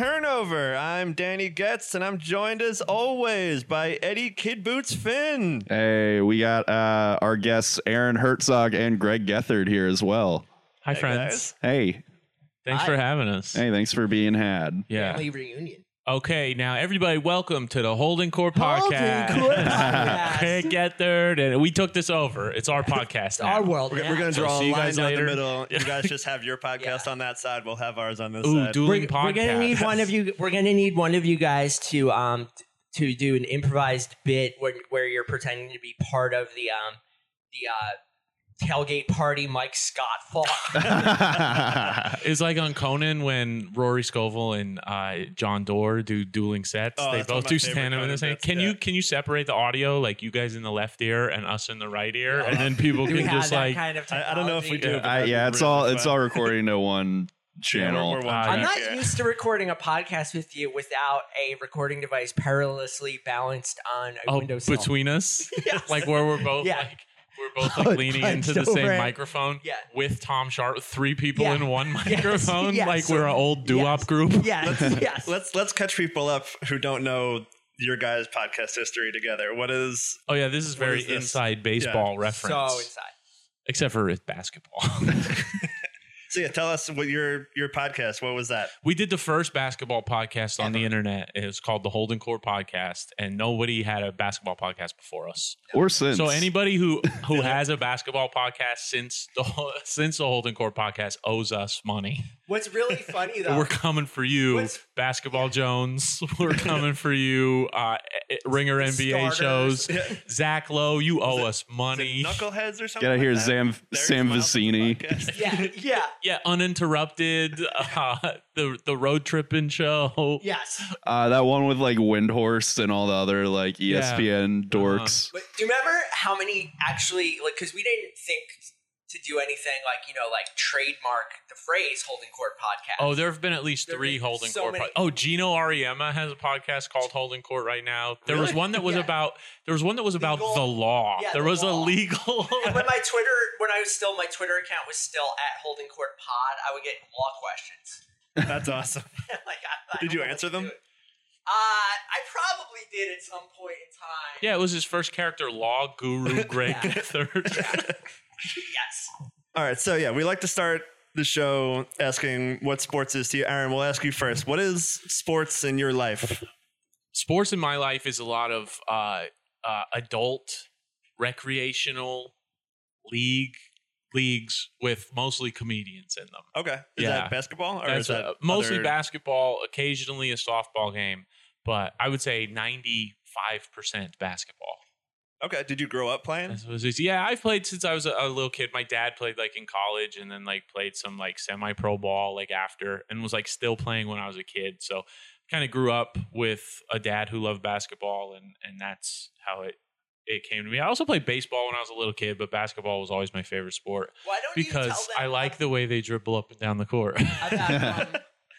over. I'm Danny Getz, and I'm joined as always by Eddie Kid Boots Finn. Hey, we got uh, our guests Aaron Herzog and Greg Gethard here as well. Hi, Hey, friends. guys. Hey, Thanks Hi. for having us. hey, thanks for being had. Yeah. Family reunion. Okay, now everybody, welcome to the Holding Court podcast. Holding Court podcast. Greg Gethard, and we took this over. It's our podcast. Our now. world. We're, now. we're gonna So draw see a you line guys down the later. middle. You guys just have your podcast on that side. We'll have ours on this Ooh, side. dueling we're, podcast. we're gonna need one of you. We're gonna need one of you guys to um t- to do an improvised bit where where you're pretending to be part of the um the uh tailgate party Mike Scott fought. It's like on Conan when Rory Scovel and uh, John Doerr do dueling sets. Oh, they that's one both of my do favorite stand up in Conan the same. bits, Can yeah. you can you separate the audio like you guys in the left ear and us in the right ear, and then people Do we can have just that like kind of I- I don't know if we technology? do, but- I, yeah, it's all it's all recording to one Yeah, we're- channel. we're Uh, watching I'm I'm it. not Yeah. used to recording a podcast with you without a recording device perilously balanced on a oh, Windows cell. between us, Yes. like where we're both Yeah. like we're both like leaning Hunched into the same over. microphone Yeah. with Tom Sharp, three people Yeah. in one Yes. microphone, Yes. like we're an old doo Yes. group. Yes, yes. Let's let's catch people up who don't know your guys' podcast history together. What is? Oh yeah, this is What very is this? inside baseball reference, So inside. except for with basketball. So yeah, tell us what your your podcast. What was that? we did the first basketball podcast on the internet. It was called the Holden Court Podcast, and nobody had a basketball podcast before us. or since So anybody who who has a basketball podcast since the whole- since the Holden Court Podcast owes us money. What's really funny though, We're coming for you, What's- Basketball Jones. We're coming for you, uh, Ringer NBA Starters. shows. Zach Lowe, you owe us money. Knuckleheads or something? get out like here, that? Sam There's Sam my Vicini. podcast. yeah, yeah, Yeah, uninterrupted. Uh, the the road tripping show. yes. Uh, that one with like Windhorse and all the other like E Yeah. ESPN dorks. But do you remember how many actually like? Because we didn't think to do anything like you know like trademark the phrase "Holding Court" podcast. Oh, there have been at least There have three been Holding so Court. many. pod- oh, Gino Ariema has a podcast called Holding Court right now. There was Really? one that was Yeah. about there was one that was about Legal- the law. yeah, there the was law. a legal. And when my Twitter, when I was still my Twitter account was still at Holding Court Pod, I would get law questions. That's awesome. like, I, I Did don't you know what answer to them? do. Uh, I probably did at some point in time. yeah, it was his first character, law guru Greg Yeah. Gethard. Yes. All right, so yeah, we like to start the show asking what sports is to you. Aaron, we'll ask you first. What is sports in your life? Sports in my life is a lot of uh, uh, adult recreational league leagues with mostly comedians in them. Okay, is Yeah. that basketball or That's is that uh, mostly other- basketball, occasionally a softball game, but I would say 95% basketball. Okay, did you grow up playing? That's what it is. yeah, I've played since I was a, a little kid. My dad played like in college and then like played some like semi pro ball like after and was like still playing when I was a kid. So kind of grew up with a dad who loved basketball and and that's how it it came to me. I also played baseball when I was a little kid, but basketball was always my favorite sport Why don't you tell because them I like the way they dribble up and down the court. about um,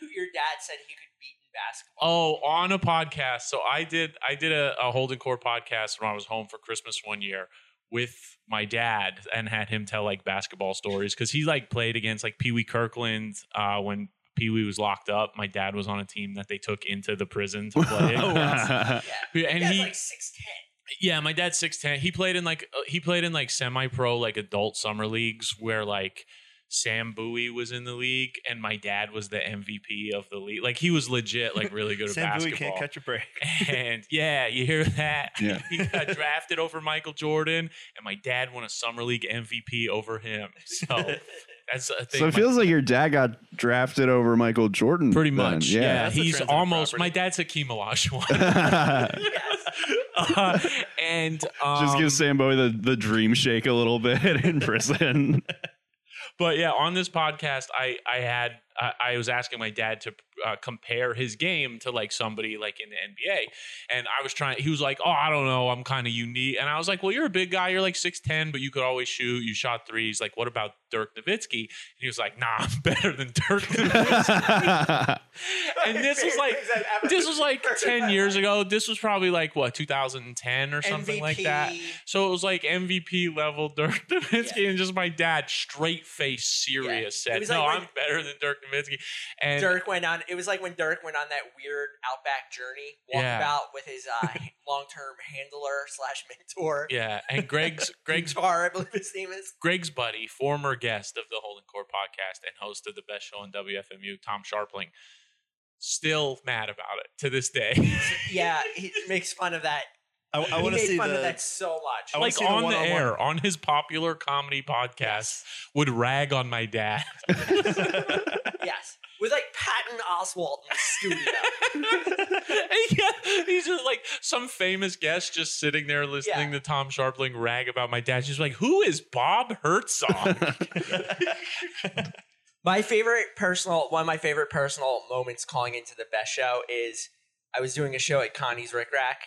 who your dad said he could beat in basketball? Oh, on a podcast. So I did I did a, a Holden Core podcast when I was home for Christmas one year with my dad and had him tell like basketball stories because he like played against like Pee Wee Kirkland uh, when Pee Wee was locked up. My dad was on a team that they took into the prison to play. Oh. Oh, yeah. and Your dad's he- like six ten. Yeah, my dad's six ten. He played in like uh, he played in like semi pro like adult summer leagues where like Sam Bowie was in the league and my dad was the MVP of the league. Like he was legit like really good at Sam Bowie basketball. can't catch a break. And yeah, you hear that? Yeah. he got drafted over Michael Jordan, and my dad won a summer league MVP over him. So that's a thing. So it my- feels like your dad got drafted over Michael Jordan. pretty then. much. Yeah, That's a he's transitive almost property. my dad's a Hakeem Olajuwon. yeah. uh, and um, Just give Sam Bowie the, the dream shake a little bit in prison. but yeah, on this podcast, I I had I, I was asking my dad to uh, compare his game to like somebody like in the NBA, and I was trying. He was like, "Oh, I don't know, I'm kind of unique," and I was like, "Well, you're a big guy, you're like six ten, but you could always shoot. You shot threes. Like, what about Dirk Nowitzki. And he was like, nah, I'm better than Dirk Nowitzki. That's and this was like this was like 10 years ago. This was probably like what 2010 or something like that. So it was like MVP level Dirk Nowitzki, and just my dad, straight face, serious, It said, was "No, like I'm when- better than Dirk Nowitzki." And Dirk went on. It was like when Dirk went on that weird outback journey Yeah. walkabout with his uh, long-term handler slash mentor. yeah, and Greg's Greg's Jar, I believe his name is. Greg's buddy, former guest of the Holding Court podcast and host of the best show on WFMU, Tom Sharpling, still mad about it to this day. Yeah, he makes fun of that. I, I he want to made see fun of the. that so much. I wanna like see the on the, one-on-one. air on his popular comedy podcast, would rag on my dad. yes, with like Patton Oswalt in the studio. yeah, he's just like some famous guest just sitting there listening Yeah. to Tom Sharpling rag about my dad. She's like, "Who is Bob Herzog?" My favorite personal, one of my favorite personal moments calling into the best show is I was doing a show at Connie's Rick Rack,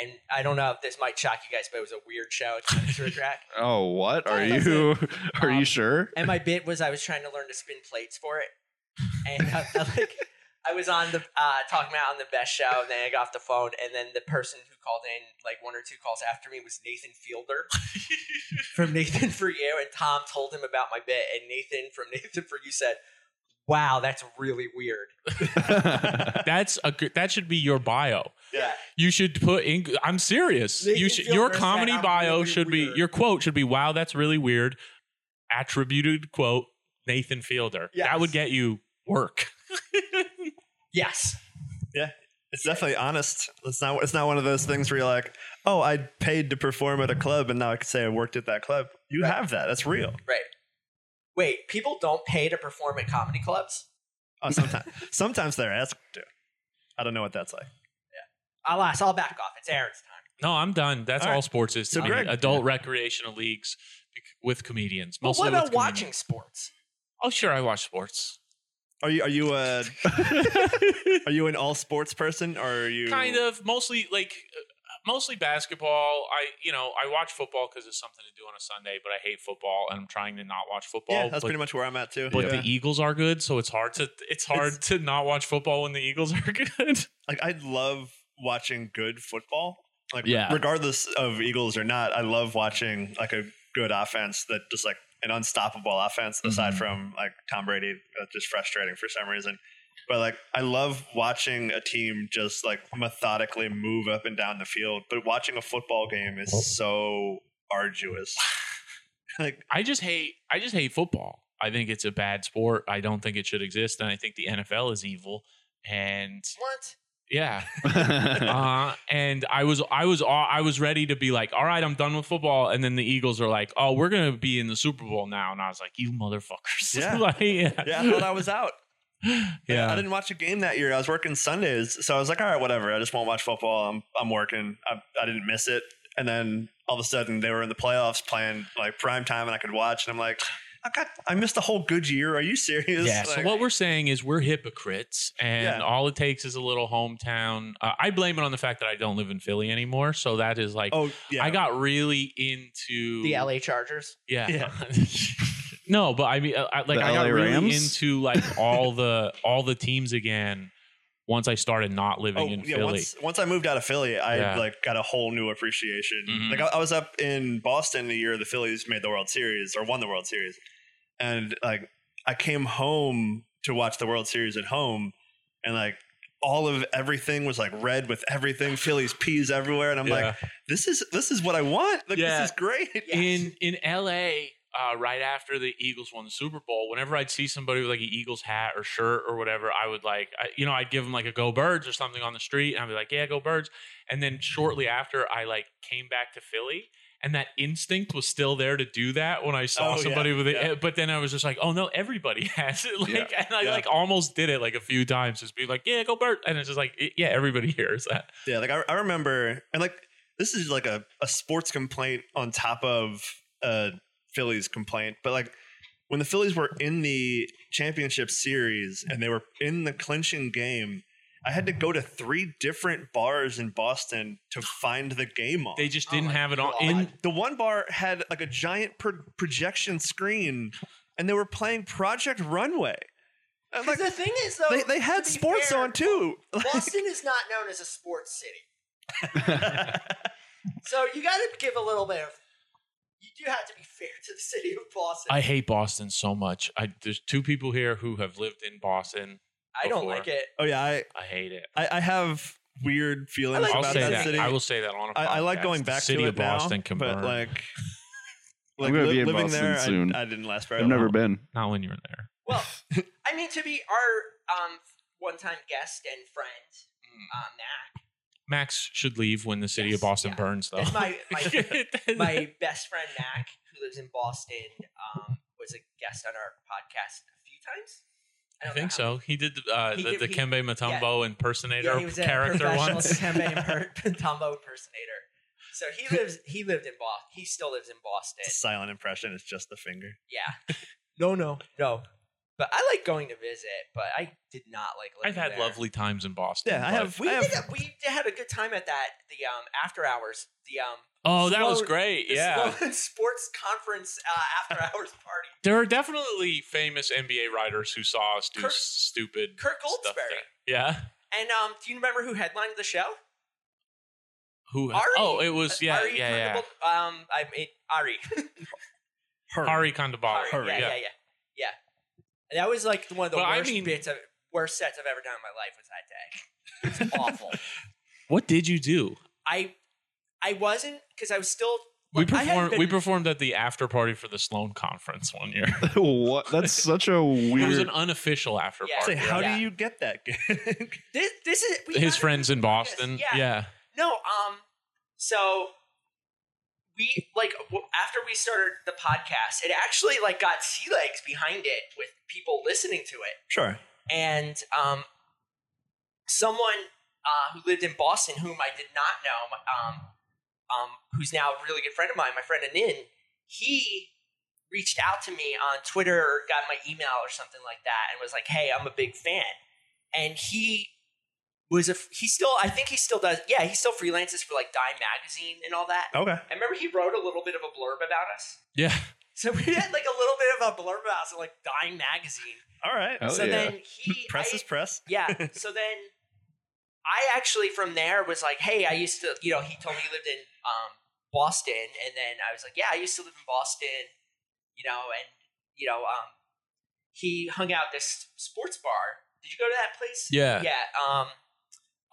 and I don't know if this might shock you guys, but it was a weird show at Connie's Rick Rack. Oh, what are That's you? Are Um, you sure? And my bit was I was trying to learn to spin plates for it, and I, I, like I was on the uh, talking about on the best show, and then I got off the phone, and then the person who called in like one or two calls after me was Nathan Fielder from Nathan for You, and Tom told him about my bit, and Nathan from Nathan for You said, "Wow, that's really weird." That's a good, that should be your bio. Yeah. You should put in. I'm serious. Nathan you should Fielder your said, comedy "I'm bio really should weird." be your quote should be "Wow, that's really weird." Attributed quote Nathan Fielder. That would Yes. get you work. Yes. It's definitely honest. It's not. It's not one of those things where you're like, "Oh, I paid to perform at a club, and now I can say I worked at that club." You have that. That's real. Right. Wait, people don't pay to perform at comedy clubs? Oh, sometimes. sometimes they're asked to. I don't know what that's like. Alas, I'll back off. It's Aaron's time. No, I'm done. That's All all, right. sports is So, to me. Greg- adult recreational leagues bec- with comedians. Well, Mostly with what about comedians. watching sports? Oh, sure, I watch sports. Are you? Are you a? are you an all sports person, or are you Kind of, mostly like uh, mostly basketball. I you know I watch football because it's something to do on a Sunday, but I hate football and I'm trying to not watch football. Yeah, that's but pretty much where I'm at too. but Yeah. the E Eagles are good, so it's hard to it's hard to not watch football when the Eagles are good. like I love watching good football. Like Yeah. regardless of Eagles or not, I love watching like a good offense that just like an unstoppable offense aside Mhm. from like Tom Brady that's just frustrating for some reason. But like I love watching a team just like methodically move up and down the field, but watching a football game Oh. is so arduous. like I just hate I just hate football. I think it's a bad sport. I don't think it should exist, and I think the NFL is evil. And What? yeah, uh, and I was I was all, I was ready to be like, all right, I'm done with football. And then the Eagles are like, oh, we're gonna be in the Super Bowl now, and I was like, you motherfuckers. Yeah. Like, yeah, yeah, I thought I was out. Yeah. I, yeah. didn't watch a game that year. I was working Sundays, so I was like, all right, whatever. I just won't watch football. I'm I'm working. I, I didn't miss it. And then all of a sudden, they were in the playoffs playing like prime time, and I could watch. And I'm like, I got I missed a whole good year. Are you serious? Yeah, so Like, what we're saying is we're hypocrites, and Yeah. all it takes is a little hometown. Uh, I blame it on the fact that I don't live in Philly anymore, so that is like oh yeah, I got really into The LA Chargers? Yeah. Yeah. no, but I mean, uh, I, like The I got LA really Rams? into like all the all the teams again once I started not living Oh in yeah, Philly. once once I moved out of Philly, I Yeah. like got a whole new appreciation. Mhm. Like I, I was up in Boston the year the Phillies made the World Series or won the World Series, and like I came home to watch the World Series at home, and like all of everything was like red with everything Phillies peas everywhere, and I'm like, this is this is what I want. Like Yeah. this is great. Yeah. in in LA, uh, right after the Eagles won the Super Bowl, whenever I'd see somebody with like an Eagles hat or shirt or whatever, I would like, I, you know, I'd give them like a "Go Birds" or something on the street, and I'd be like, "Yeah, go Birds." And then shortly after, I like came back to Philly. And that instinct was still there to do that when I saw Oh, yeah, somebody with it. yeah. But then I was just like, "Oh no, everybody has it!" Like, Yeah, and I yeah. like almost did it like a few times, just being like, "Yeah, go Birds," and it's just like, "Yeah, everybody hears that." Yeah, like I, I remember, and like this is like a, a sports complaint on top of a Phillies complaint, but like when the Phillies were in the championship series and they were in the clinching game, I had to go to three different bars in Boston to find the game on. They just Oh didn't my have it on. God. In the one bar had like a giant pro- projection screen and they were playing Project Runway. And like the thing is, though, they, they to had be sports fair, on too. Boston is not known as a sports city. so you got to give a little bit of. You do have to be fair to the city of Boston. I hate Boston so much. I, there's two people here who have lived in Boston. I don't before. like it. Oh yeah, I, I hate it. I, I have weird feelings I like I'll about say that, that. city. I will say that on a I, I like podcast. going The back city to it of Boston now, can but burn. like, like gonna li- be in living Boston there, I- soon. I, didn't last very I've never long. been. Not when you're there. Well, I mean, to be our um, one-time guest and friend, Mm. um, Mac, Max should leave when the city Yes, of Boston yeah. burns, Oh. though. That's my- my- my best friend Mac, who lives in Boston, um, was a guest on our podcast a few times. I don't know think so. how He did uh, He the, did- the he- Kembe Matumbo impersonator yeah, he was a character professional once. Dikembe imper- Mutombo impersonator. So he lives. He lived in Boston. He still lives in Boston. It's a silent impression. It's just the finger. Yeah. No, no, no. But I like going to visit. But I did not like. Living I've had there. lovely times in Boston. Yeah, I but- have. We I have did. A, we had a good time at that. The um after hours. The um. Oh, that was Slow- great. the yeah. Sloan sports conference uh, after hours party. There are definitely famous NBA writers who saw us do Kirk- stupid Kirk stuff Goldsberry. there. Yeah. And um, do you remember who headlined the show? Who? Ari. oh, it was yeah, Ari yeah, yeah. Kondabol- Um, I mean, Ari. Hurry. Ari Kondabala. Hurry, Yeah, yeah, yeah, yeah. And That was like one of the But I worst mean- bits of worst sets I've ever done in my life was that day. It was awful. What did you do? I I wasn't because I was still We like, I hadn't performed. We been- performed at the after party for the Sloan conference one year. what? That's such a It was weird. an unofficial after Yeah. Say, party. how Yeah. do you get that gig? this, this is we His gotta- friends in Boston. yeah. yeah. No, um, so we like w- after we started the podcast, it actually like got sea legs behind it with people listening to it. sure. and um, someone uh, who lived in Boston, whom I did not know, um, um, who's now a really good friend of mine, my friend Anin, he reached out to me on Twitter or got my email or something like that, and was like, "Hey, I'm a big fan," and he was a he still I think he still does yeah he still freelances for like Dime magazine and all Oh. that. Okay. I remember he wrote a little bit of a blurb about us. Yeah. So we had like a little bit of a blurb about us in like Dime magazine. All right. Hell so yeah. then he press I- is press. yeah. So then I actually from there was like, hey, I used to, you know, he told me he lived in um, Boston, and then I was like, yeah, I used to live in Boston, you know, and you know, um, he hung out this sports bar. Did you go to that place? Yeah. Yeah. Um,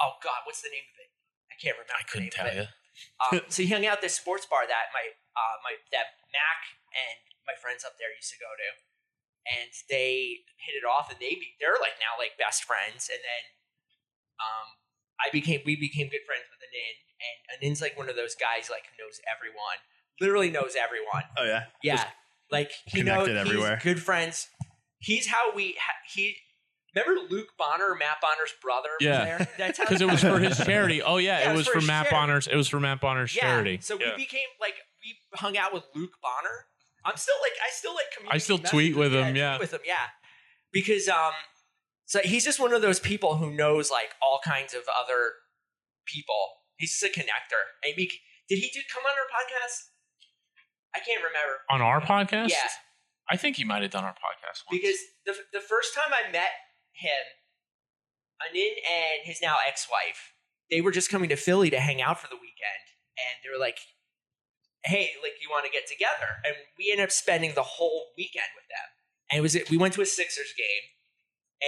oh God, what's the name of it? I can't remember. I couldn't the name tell of it. you. Um, so he hung out at this sports bar that my uh, my that Mac and my friends up there used to go to, and they hit it off, and they be, they're like now like best friends, and then um, I became we became good friends with Anin, and Anin's like one of those guys like who knows everyone, literally knows everyone. Oh yeah. Yeah, like he knows connected he's everywhere. good friends. He's how we ha- he. Remember Luke Bonner, Matt Bonner's brother? was Yeah. there? That's how Because it was for his charity. Oh yeah, Yeah, it was for, his Matt charity. Bonner's. It was for Matt Bonner's charity. So Yeah. we became like we hung out with Luke Bonner. I'm still like I still like communicate. I still messages tweet with him, tweet yeah. with him, yeah. Because um, so he's just one of those people who knows like all kinds of other people. He's just a connector. And we, did he do come on our podcast? I can't remember. on our podcast. Yeah, I think he might have done our podcast. Once. because the the first time I met him, Anin and his now ex wife, they were just coming to Philly to hang out for the weekend, and they were like, "Hey, like you want to get together?" And we ended up spending the whole weekend with them. And it was we went to a Sixers game,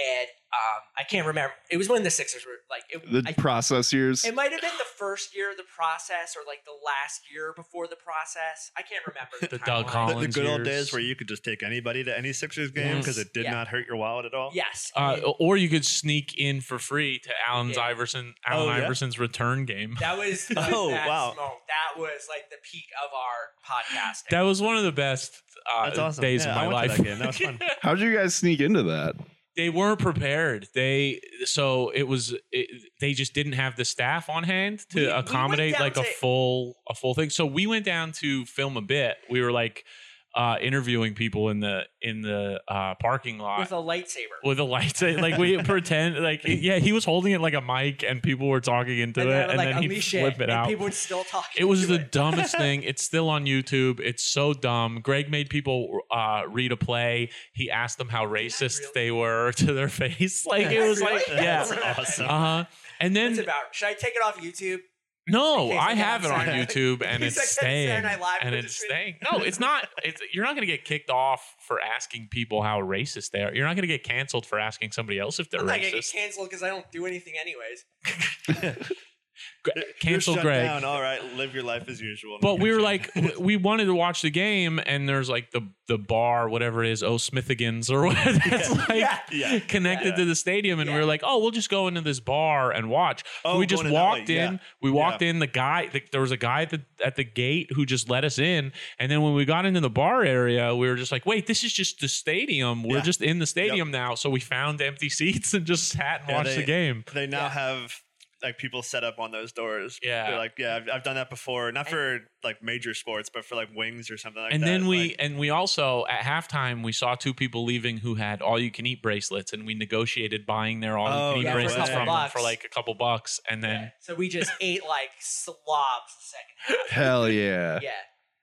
and um, I can't remember. It was when the Sixers were like it, the I- process years. it might have been the first year of the process, or like the last year before the process. I can't remember The Doug timeline. The, Collins the good old years. days where you could just take anybody to any Sixers game because Yes. it did Yeah. not hurt your wallet at all. Yes, Uh, or you could sneak in for free to Allen's Yeah. Iverson, Allen Oh, yeah? Iverson's return game. That was Oh, that's wow. mo- That was like the peak of our podcasting. That was one of the best uh, That's awesome. days Yeah, of I my went life. to that game. That was fun. How'd you guys sneak into that? they weren't prepared. They so it was it, they just didn't have the staff on hand to We- we went accommodate down like a to- full a full thing. So we went down to film a bit. We were like uh, interviewing people in the in the uh, parking lot with a lightsaber. with a lightsaber. Like we pretend, like yeah, he was holding it like a mic, and people were talking into and it, then I would, and like then he'd unleash flip it, and out. People would still talk. it was into the dumbest thing. It's still on YouTube. It's so dumb. Greg made people uh, read a play. He asked them how racist really? they were to their face. Like it was like Really? yeah. That's awesome. Uh huh. And It's then about. Should I take it off YouTube? no, Okay, so I then have I'm it on sorry. YouTube and He's it's like, staying. Saturday Night Live, and but it's just with- staying. No, it's not. It's, you're not going to get kicked off for asking people how racist they are. You're not going to get canceled for asking somebody else if they're I'm not gonna get racist. canceled because I don't do anything anyways. Gre- You're Cancel shut Greg. down. All right, live your life as usual. But we were like, w- we wanted to watch the game, and there's like the the bar, whatever it is, oh Smithigans or whatever. That's like Yeah. Yeah. connected Yeah. to the stadium, and we Yeah. were like, oh, we'll just go into this bar and watch. Oh, we just going in that way, walked yeah. in. We walked in. The guy, the, there was a guy at the at the gate who just let us in, and then when we got into the bar area, we were just like, wait, this is just the stadium. We're Yeah. just in the stadium now. So we found empty seats and just sat and Yeah, watched they- the game. they now Yeah. have like people set up on those doors. Yeah. They're like, yeah, I've, I've done that before, not for like major sports, but for like wings or something like and that. then we Like, and we also at halftime we saw two people leaving who had all you can eat bracelets and we negotiated buying their all Oh, you can eat yeah, for a bracelets couple from them for bucks. like a couple bucks and then So we just ate like slobs the second. Hell yeah. half. Yeah,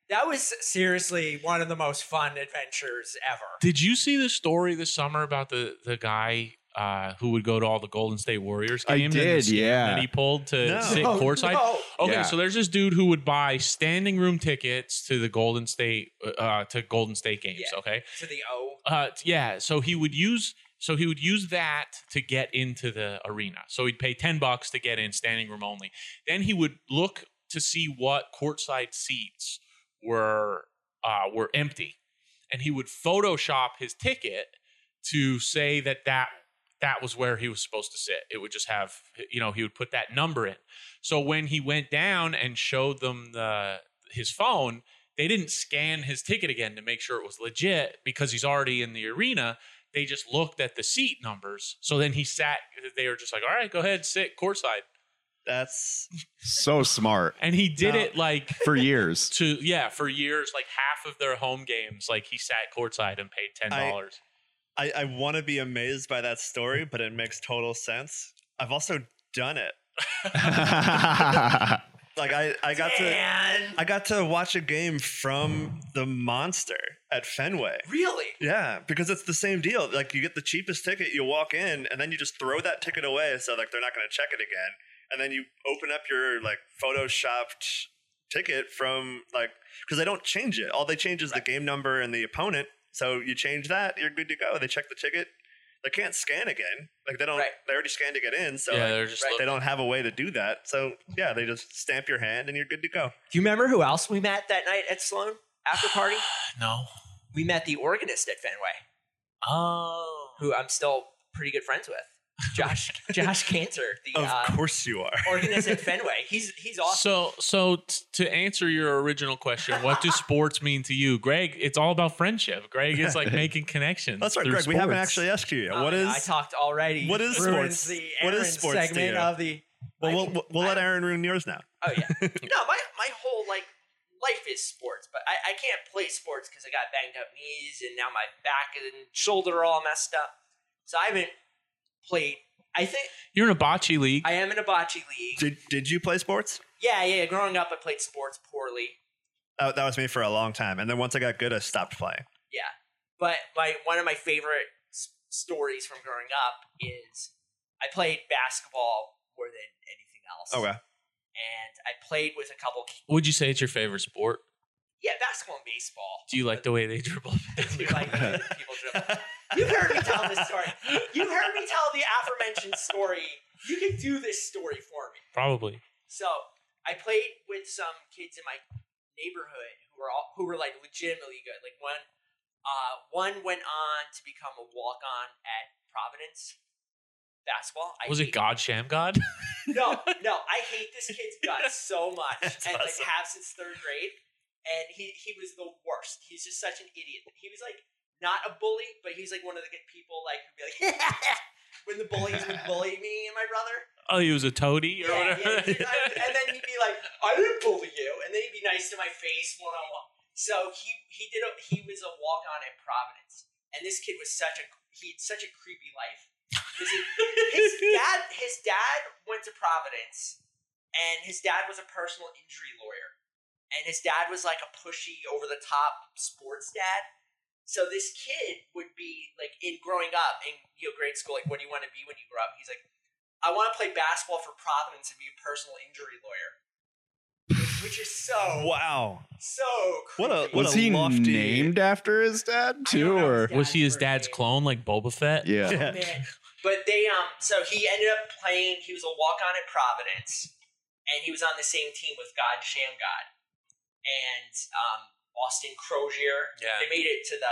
that was seriously one of the most fun adventures ever. did you see the story this summer about the the guy uh, who would go to all the Golden State Warriors I games? and the did, scam yeah. That he pulled to No. sit Oh, courtside. no. Okay, Yeah. so there's this dude who would buy standing room tickets to the Golden State uh, to Golden State games. Yeah. Okay, To the O. Uh, t- yeah. So he would use so he would use that to get into the arena. So he'd pay ten bucks to get in, standing room only. Then he would look to see what courtside seats were uh, were empty, and he would Photoshop his ticket to say that that that was where he was supposed to sit. It would just have you know he would put that number in. So when he went down and showed them the his phone, they didn't scan his ticket again to make sure it was legit because he's already in the arena. They just looked at the seat numbers. So then he sat. They were just like, "All right, go ahead, sit courtside." that's So smart And he did No. it like for years. to yeah for years, like half of their home games. Like he sat courtside and paid ten dollars. I, I want to be amazed by that story, but it makes total sense. I've also done it. Like I, I got to Man, I got to watch a game from the monster at Fenway. really? Yeah, because it's the same deal. Like you get the cheapest ticket, you walk in, and then you just throw that ticket away, so like they're not going to check it again. And then you open up your like photoshopped ticket from like because they don't change it. All they change is the game number and the opponent. So you change that, you're good to go. They check the ticket. They can't scan again. Like they don't. Right. They already scanned to get in, so yeah, like, they're just right, look- they don't have a way to do that. So yeah, they just stamp your hand and you're good to go. Do you remember who else we met that night at Sloan after party? no. We met the organist at Fenway, Oh, who I'm still pretty good friends with. Josh, Josh Cantor, the Of uh, course you are. organist at Fenway. He's he's awesome. So, so t- to answer your original question, what do sports mean to you, Greg? It's all about friendship. Greg is like making connections. That's right, through Greg. We haven't sports. actually asked you yet. What Oh, is? yeah, I talked already. what is Ruins sports- The what is Aaron sports to segment you? of the? well, I we'll, mean, we'll- we'll I- let Aaron ruin yours now. Oh yeah. no, my my whole like life is sports, but I, I can't play sports because I got banged up knees and now my back and shoulder are all messed up. So I haven't played. I think You're in a bocce league. I am in a bocce league. Did Did you play sports? Yeah, yeah. Growing up, I played sports poorly. Oh, that was me for a long time, and then once I got good, I stopped playing. But my one of my favorite s- stories from growing up is I played basketball more than anything else. Okay, And I played with a couple. ki- Would you say it's your favorite sport? Yeah, basketball and baseball. Do you like the way they dribble? you like people dribble? You've heard me tell this story. You've heard me tell the aforementioned story. You can do this story for me. Probably. So I played with some kids in my neighborhood who were all who were like legitimately good. Like one, uh, one went on to become a walk on at Providence basketball. I Was it hate- God Sham God? No, no. I hate this kid's guts so much, That's and like awesome. have since third grade. And he he was the worst. He's just such an idiot. He was like not a bully, but he's like one of the good people like who'd be like. When the bullies would bully me and my brother, Oh, he was a toady or yeah, yeah, whatever. dude, I- and then he'd be like, "I didn't bully you," and then he'd be nice to my face one on one. So he he he did. A, he was a walk on at Providence, and this kid was such a he had such a creepy life. 'Cause he- his dad, his dad went to Providence, and his dad was a personal injury lawyer, and his dad was like a pushy, over the top sports dad. So this kid would be like in growing up in you know grade school, like what do you want to be when you grow up? He's like, I want to play basketball for Providence and be a personal injury lawyer, which is so Wow. so What a- creepy. what was a he lofty- named after his dad too, know or his Was he his dad's Dad's birthday. clone, like Boba Fett? yeah? Yeah. Man. But they um so he ended up playing he was a walk on at Providence and he was on the same team with God Sham God and um Austin Crozier. Yeah. They made it to the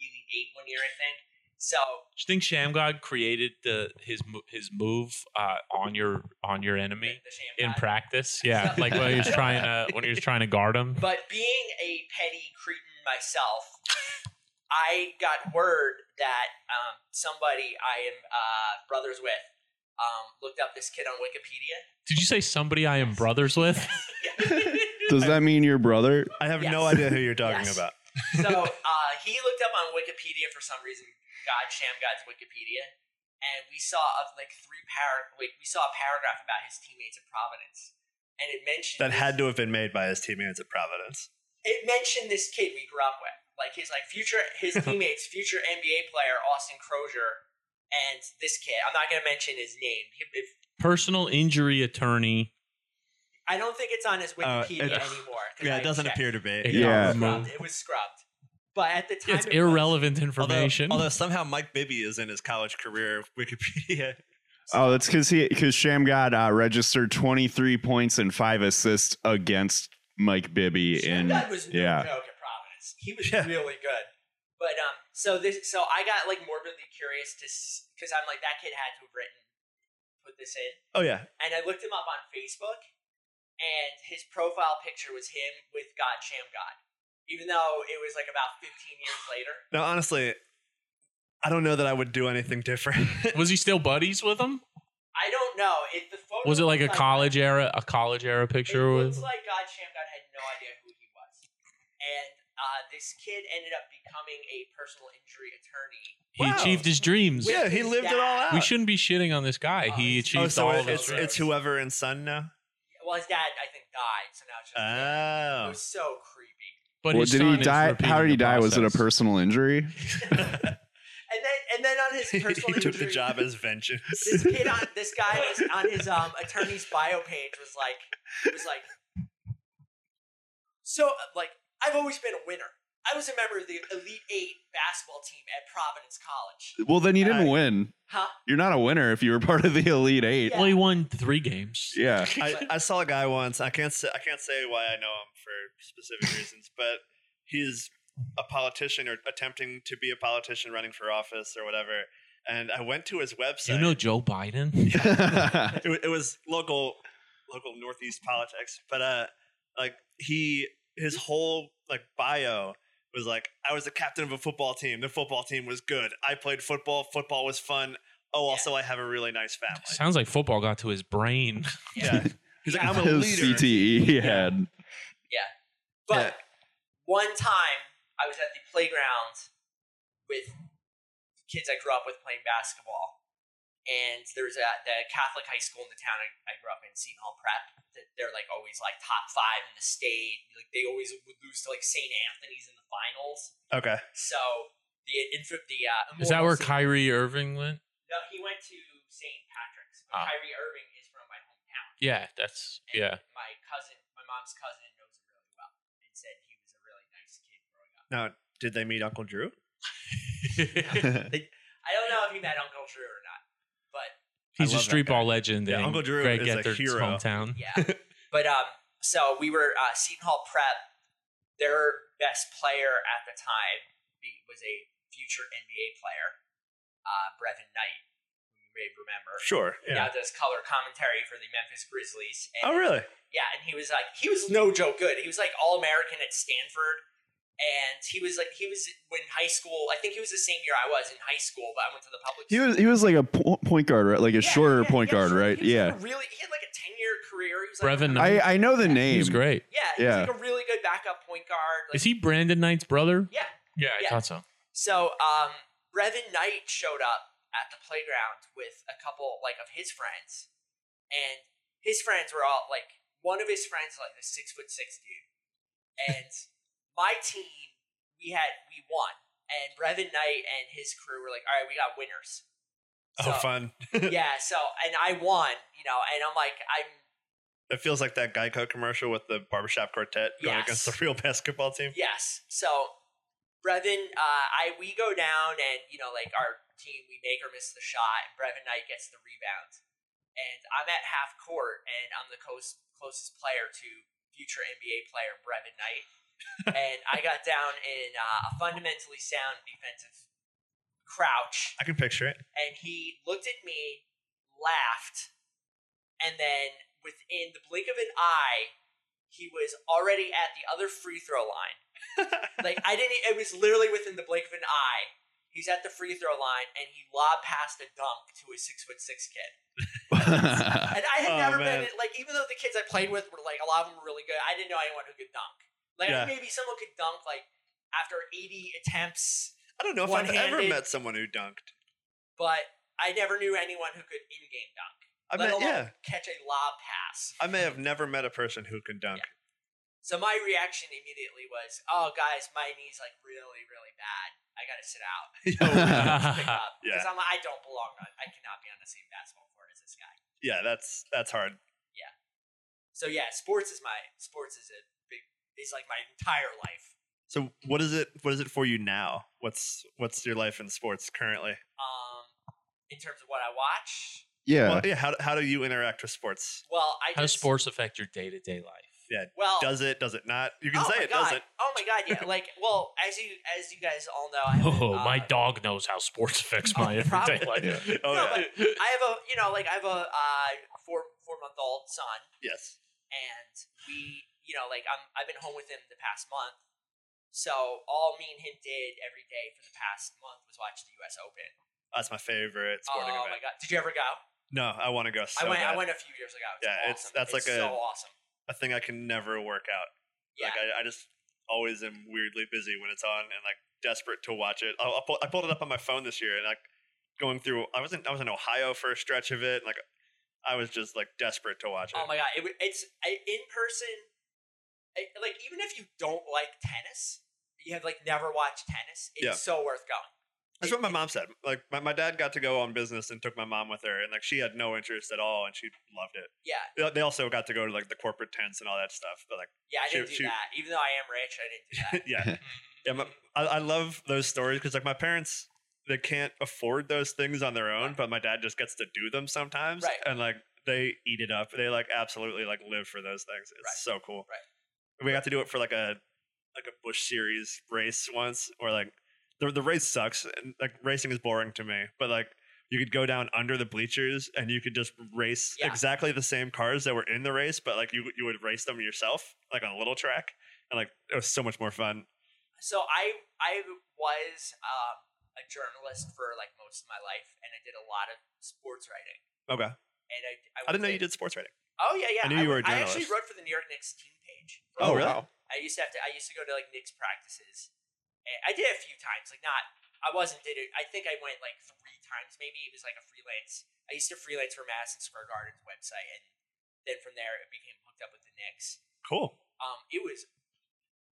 Elite Eight one year, I think. So Do you think Shamgod created the his mo- his move uh, on your on your the, enemy the Sham in God. practice? Yeah, like when he was trying to when he was trying to guard him. But being a petty cretin myself, I got word that um, somebody I am uh, brothers with um, looked up this kid on Wikipedia. Did you say somebody I am brothers with? Does that mean your brother? I have Yes. no idea who you're talking Yes. about. So uh, he looked up on Wikipedia for some reason, God Sham God's Wikipedia, and we saw of like three par like we saw a paragraph about his teammates at Providence, and it mentioned That this- had to have been made by his teammates at Providence. it mentioned this kid we grew up with, like his like future his teammates, future NBA player Austin Crozier, and this kid. I'm not gonna mention his name. If- if- Personal injury attorney. I don't think it's on his Wikipedia Uh, it- anymore. 'cause Yeah, I it doesn't checked. appear Mm-hmm. to be. Yeah. It was scrubbed. It was scrubbed. But at the time, It's it was. irrelevant Although, information. although somehow Mike Bibby is in his college career Wikipedia. Oh, that's because he because Sham God uh, registered twenty three points and five assists against Mike Bibby Sham in God was no yeah. joke at Providence. He was Yeah. really good. But um, so this, so I got like morbidly curious to, because I'm like that kid had to have written, put this in, Oh yeah, and I looked him up on Facebook, and his profile picture was him with God Sham God, even though it was like about 15 years later. Now, honestly, I don't know that I would do anything different. was he still buddies with him? I don't know if the photo Was it like a looked college era a college era It picture looks with? like God Shamgod had no idea who he was, and uh, this kid ended up becoming a personal injury attorney. He Wow. achieved his dreams. yeah, he lived it all out. We shouldn't be shitting on this guy. Oh, he he's- achieved Oh, so all it, of his it's dreams. it's whoever and son now. Well, his dad, I think, died, so now it's just. It Oh, was so creepy. But Well, his did son he is die? repeating How did he the die? Was it a process. personal injury? And then, and then on his he personal took the injury- job as vengeance. This kid on this guy was on his um attorney's bio page was like was like so uh, like I've always been a winner. I was a member of the elite eight basketball team at Providence College. Well, then you didn't Uh, win. Huh? You're not a winner if you were part of the Elite Eight. Yeah. Well, he won three games. Yeah. I, I saw a guy once. I can't say I can't say why I know him for specific reasons, but he's a politician or attempting to be a politician, running for office or whatever. And I went to his website. Do you know Joe Biden? it, wa- it was local local northeast politics but uh like he his whole like bio was like i was the captain of a football team the football team was good i played football football was fun oh also i have a really nice family Sounds like football got to his brain. yeah he's like i'm a His leader CTE he had. But one time I was at the playground with kids I grew up with playing basketball. And there's a the Catholic high school in the town I, I grew up in, Seton Hall Prep. that They're like always like top five in the state. Like they always would lose to like St. Anthony's in the finals. okay So the infant the uh, Is that immortal where Saint- Kyrie Irving went? No, he went to St. Patrick's. Ah. But Kyrie Irving is from my hometown. Yeah, that's And yeah. My cousin, my mom's cousin, knows him really well, and said he was a really nice kid growing up. now did they meet uncle drew I don't know if he met Uncle Drew or not, but He's I a love that street guy. ball legend. Yeah, in Uncle Drew Greg is a Gethard's hero. hometown. yeah. but um, so we were uh, Seton Hall Prep. Their best player at the time be- was a future NBA player, uh, Brevin Knight, who you may remember. sure He yeah, Now does color commentary for the Memphis Grizzlies. And oh really Yeah, and he was like, he was no joke good. He was like All American at Stanford. And he was like, he was when high school, I think he was the same year I was in high school, but I went to the public He was he was like a po- point guard, right? Like a Yeah, shorter yeah, point yeah, guard, sure. right? He was Yeah. like a really, he had like a ten year career. He was like, Brevin Knight. I, I know the name. He was great. yeah, he's Yeah. like a really good backup point guard. Like, Is he Brandon Knight's brother? Yeah. Yeah, I Yeah. thought so. So um, Brevin Knight showed up at the playground with a couple like of his friends, and his friends were all like one of his friends was, like this six foot six dude, and my team we had we won, and Brevin Knight and his crew were like, all right, we got winners. Oh, So- fun. yeah. So and I won, you know, and I'm like I'm It feels like that Geico commercial with the barbershop quartet going Yes. against the real basketball team. Yes. So, Brevin, uh, I we go down, and you know, like our team, we make or miss the shot, and Brevin Knight gets the rebound, and I'm at half court, and I'm the close, closest player to future NBA player Brevin Knight, and I got down in uh, a fundamentally sound defensive crouch, I can picture it. and he looked at me, laughed, and then within the blink of an eye, he was already at the other free throw line. like I didn't. It was literally within the blink of an eye. He's at the free throw line, and he lobbed past a dunk to a six foot six kid. And I had Oh, never man. been like, even though the kids I played with were like a lot of them were really good, I didn't know anyone who could dunk. Like I Yeah. think maybe someone could dunk like after eighty attempts, I don't know if I've ever One-handed. met someone who dunked. but I never knew anyone who could in game dunk. I let met, alone yeah, catch a lob pass. I may have never met a person who can dunk. So my reaction immediately was, "Oh, guys, my knee's like really, really bad. I gotta sit out." Oh, Uh-huh. Because I'm like, I don't belong. On, I cannot be on the same basketball court as this guy. Yeah, that's that's hard. So yeah, sports is my sports is a big is like my entire life. So what is it? What is it for you now? What's what's your life in sports currently? Um, in terms of what I watch, yeah. Well, yeah. How how do you interact with sports? well, I How does just, sports affect your day to day life? well Does it? Does it not? You can oh say my it. God. Does it? Oh my god, yeah. Like, well, as you as you guys all know, I have Oh an, uh, dog knows how sports affects my Oh, probably. everyday life. Oh No, yeah. but- I have a you know like I have a uh, four four month old son. yes. and we, you know, like I'm, I've been home with him the past month. So all me and him did every day for the past month was watch the U.S. Open. That's my favorite sporting Oh event. my god! Did you ever go? No, I want to go. So I went. bad. I went a few years ago. It's Yeah, awesome. it's- that's like a- so awesome. a thing I can never work out. Yeah, Like I, I just always am weirdly busy when it's on and like desperate to watch it. I, I, pull, I pulled it up on my phone this year and like going through. I was in I was in Ohio for a stretch of it. And, like I was just like desperate to watch it. Oh my god! It, wa- it's I, in person. I, like even if you don't like tennis, you have like never watched tennis. It's Yeah. so worth going. That's what my mom said. Like my, my dad got to go on business and took my mom with her, and like she had no interest at all, and she loved it. Yeah, They- They also got to go to like the corporate tents and all that stuff. But like, yeah. I Shoot, didn't do shoot. that. Even though I am rich, I didn't do that. yeah, yeah. My, I, I love those stories because like my parents they can't afford those things on their own, but my dad just gets to do them sometimes, Right. and like they eat it up. They like absolutely like live for those things. It's so cool. Right. We got to do it for like a like a Bush series race once, or like the the race sucks. And, like racing is boring to me, but like you could go down under the bleachers and you could just race Yeah. exactly the same cars that were in the race, but like you you would race them yourself, like on a little track, and like it was so much more fun. so I I was um, a journalist for like most of my life, and I did a lot of sports writing. Okay, And I I, I didn't know was you a- did sports writing. Oh yeah, I yeah. knew you were wa- a I journalist. actually wrote for the New York Knicks team page. Oh, really? wow. I used to have to. I used to go to like Knicks practices. And I did it a few times. Like not. I wasn't did it. I think I went like three times. Maybe it was like a freelance. I used to freelance for Madison Square Garden's website, and then from there it became hooked up with the Knicks. Cool. Um, it was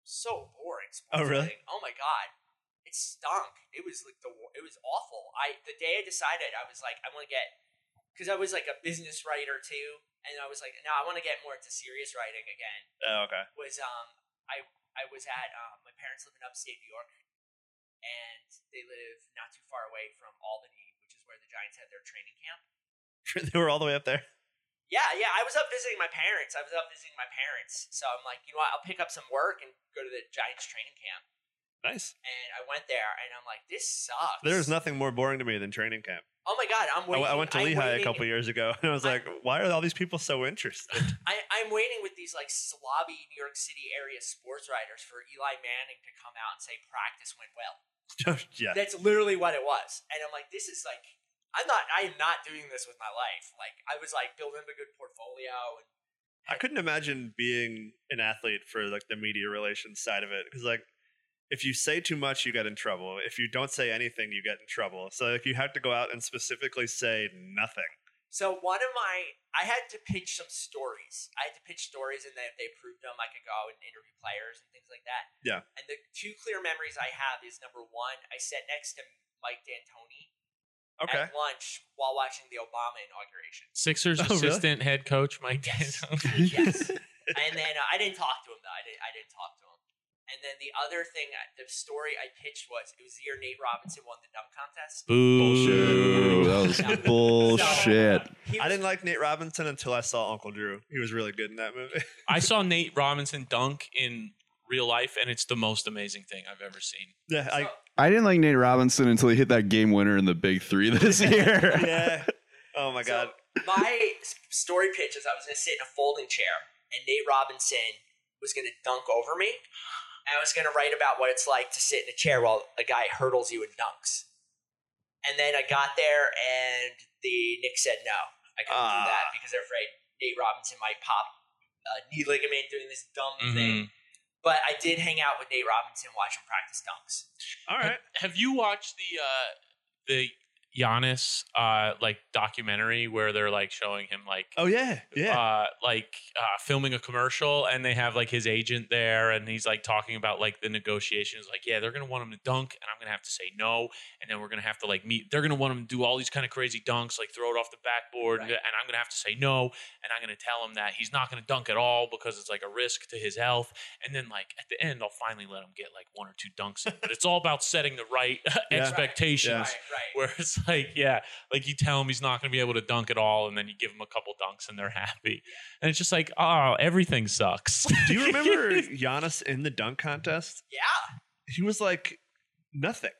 so boring. Oh, sports really? writing. Oh my god, it stunk. It was like the wor- it was awful. I the day I decided I was like I want to get because I was like a business writer too, and I was like no I want to get more into serious writing again. Oh, okay. Was um I I was at um, my parents live in upstate New York, and they live not too far away from Albany, which is where the Giants had their training camp. they were all the way up there. Yeah, yeah. I was up visiting my parents. I was up visiting my parents. So I'm like, you know what? I'll pick up some work and go to the Giants training camp. Nice. And I went there and I'm like, this sucks. There's nothing more boring to me than training camp. Oh my God, I, I'm waiting. I went to I'm Lehigh a waiting- couple years ago, and I was I- like, why are all these people so interested? I, I'm waiting with these like slobby New York City area sports writers for Eli Manning to come out and say practice went well. yeah. That's literally what it was. And I'm like, this is like, I'm not, I am not doing this with my life. Like, I was like building up a good portfolio and I couldn't imagine being an athlete for like the media relations side of it because like if you say too much, you get in trouble. If you don't say anything, you get in trouble. So like you have to go out and specifically say nothing. So one of my, I had to pitch some stories. I had to pitch stories, and then if they approved them, I could go and interview players and things like that. Yeah. And the two clear memories I have is number one, I sat next to Mike D'Antoni Okay. at lunch while watching the Obama inauguration. Sixers Oh, really? assistant head coach Mike Yes. D'Antoni. yes. And then uh, I didn't talk to him though. I didn't. I didn't talk to him. And then the other thing, I- the story I pitched was it was the year Nate Robinson won the dunk contest. Ooh, Boo. that was bullshit. He I was- didn't like Nate Robinson until I saw Uncle Drew. He was really good in that movie. I saw Nate Robinson dunk in real life, and it's the most amazing thing I've ever seen. yeah, I, so- I didn't like Nate Robinson until he hit that game winner in the Big Three this year. yeah. Oh my god. So my s- story pitch is I was going to sit in a folding chair, and Nate Robinson was going to dunk over me. And I was going to write about what it's like to sit in a chair while a guy hurdles you and dunks. And then I got there, and the Knicks said no. I couldn't do that Ah. because they're afraid Nate Robinson might pop a knee ligament doing this dumb Mm-hmm. thing. Mhm. But I did hang out with Nate Robinson, watch him practice dunks. All right. Have you watched the uh, the Giannis uh, like documentary where they're like showing him like Oh yeah. Yeah. uh, like uh, filming a commercial and they have like his agent there and he's like talking about like the negotiations like yeah they're gonna want him to dunk and i'm gonna have to say no and then we're gonna have to like meet they're gonna want him to do all these kind of crazy dunks like throw it off the backboard and, Right. and i'm gonna have to say no and i'm gonna tell him that he's not gonna dunk at all because it's like a risk to his health and then like at the end i'll finally let him get like one or two dunks in but it's all about setting the right expectations Yeah. Right, right. where it's like, yeah, like you tell him he's not going to be able to dunk at all, and then you give him a couple dunks and they're happy. And it's just like, oh, everything sucks. Do you remember Giannis in the dunk contest? Yeah. He was like nothing.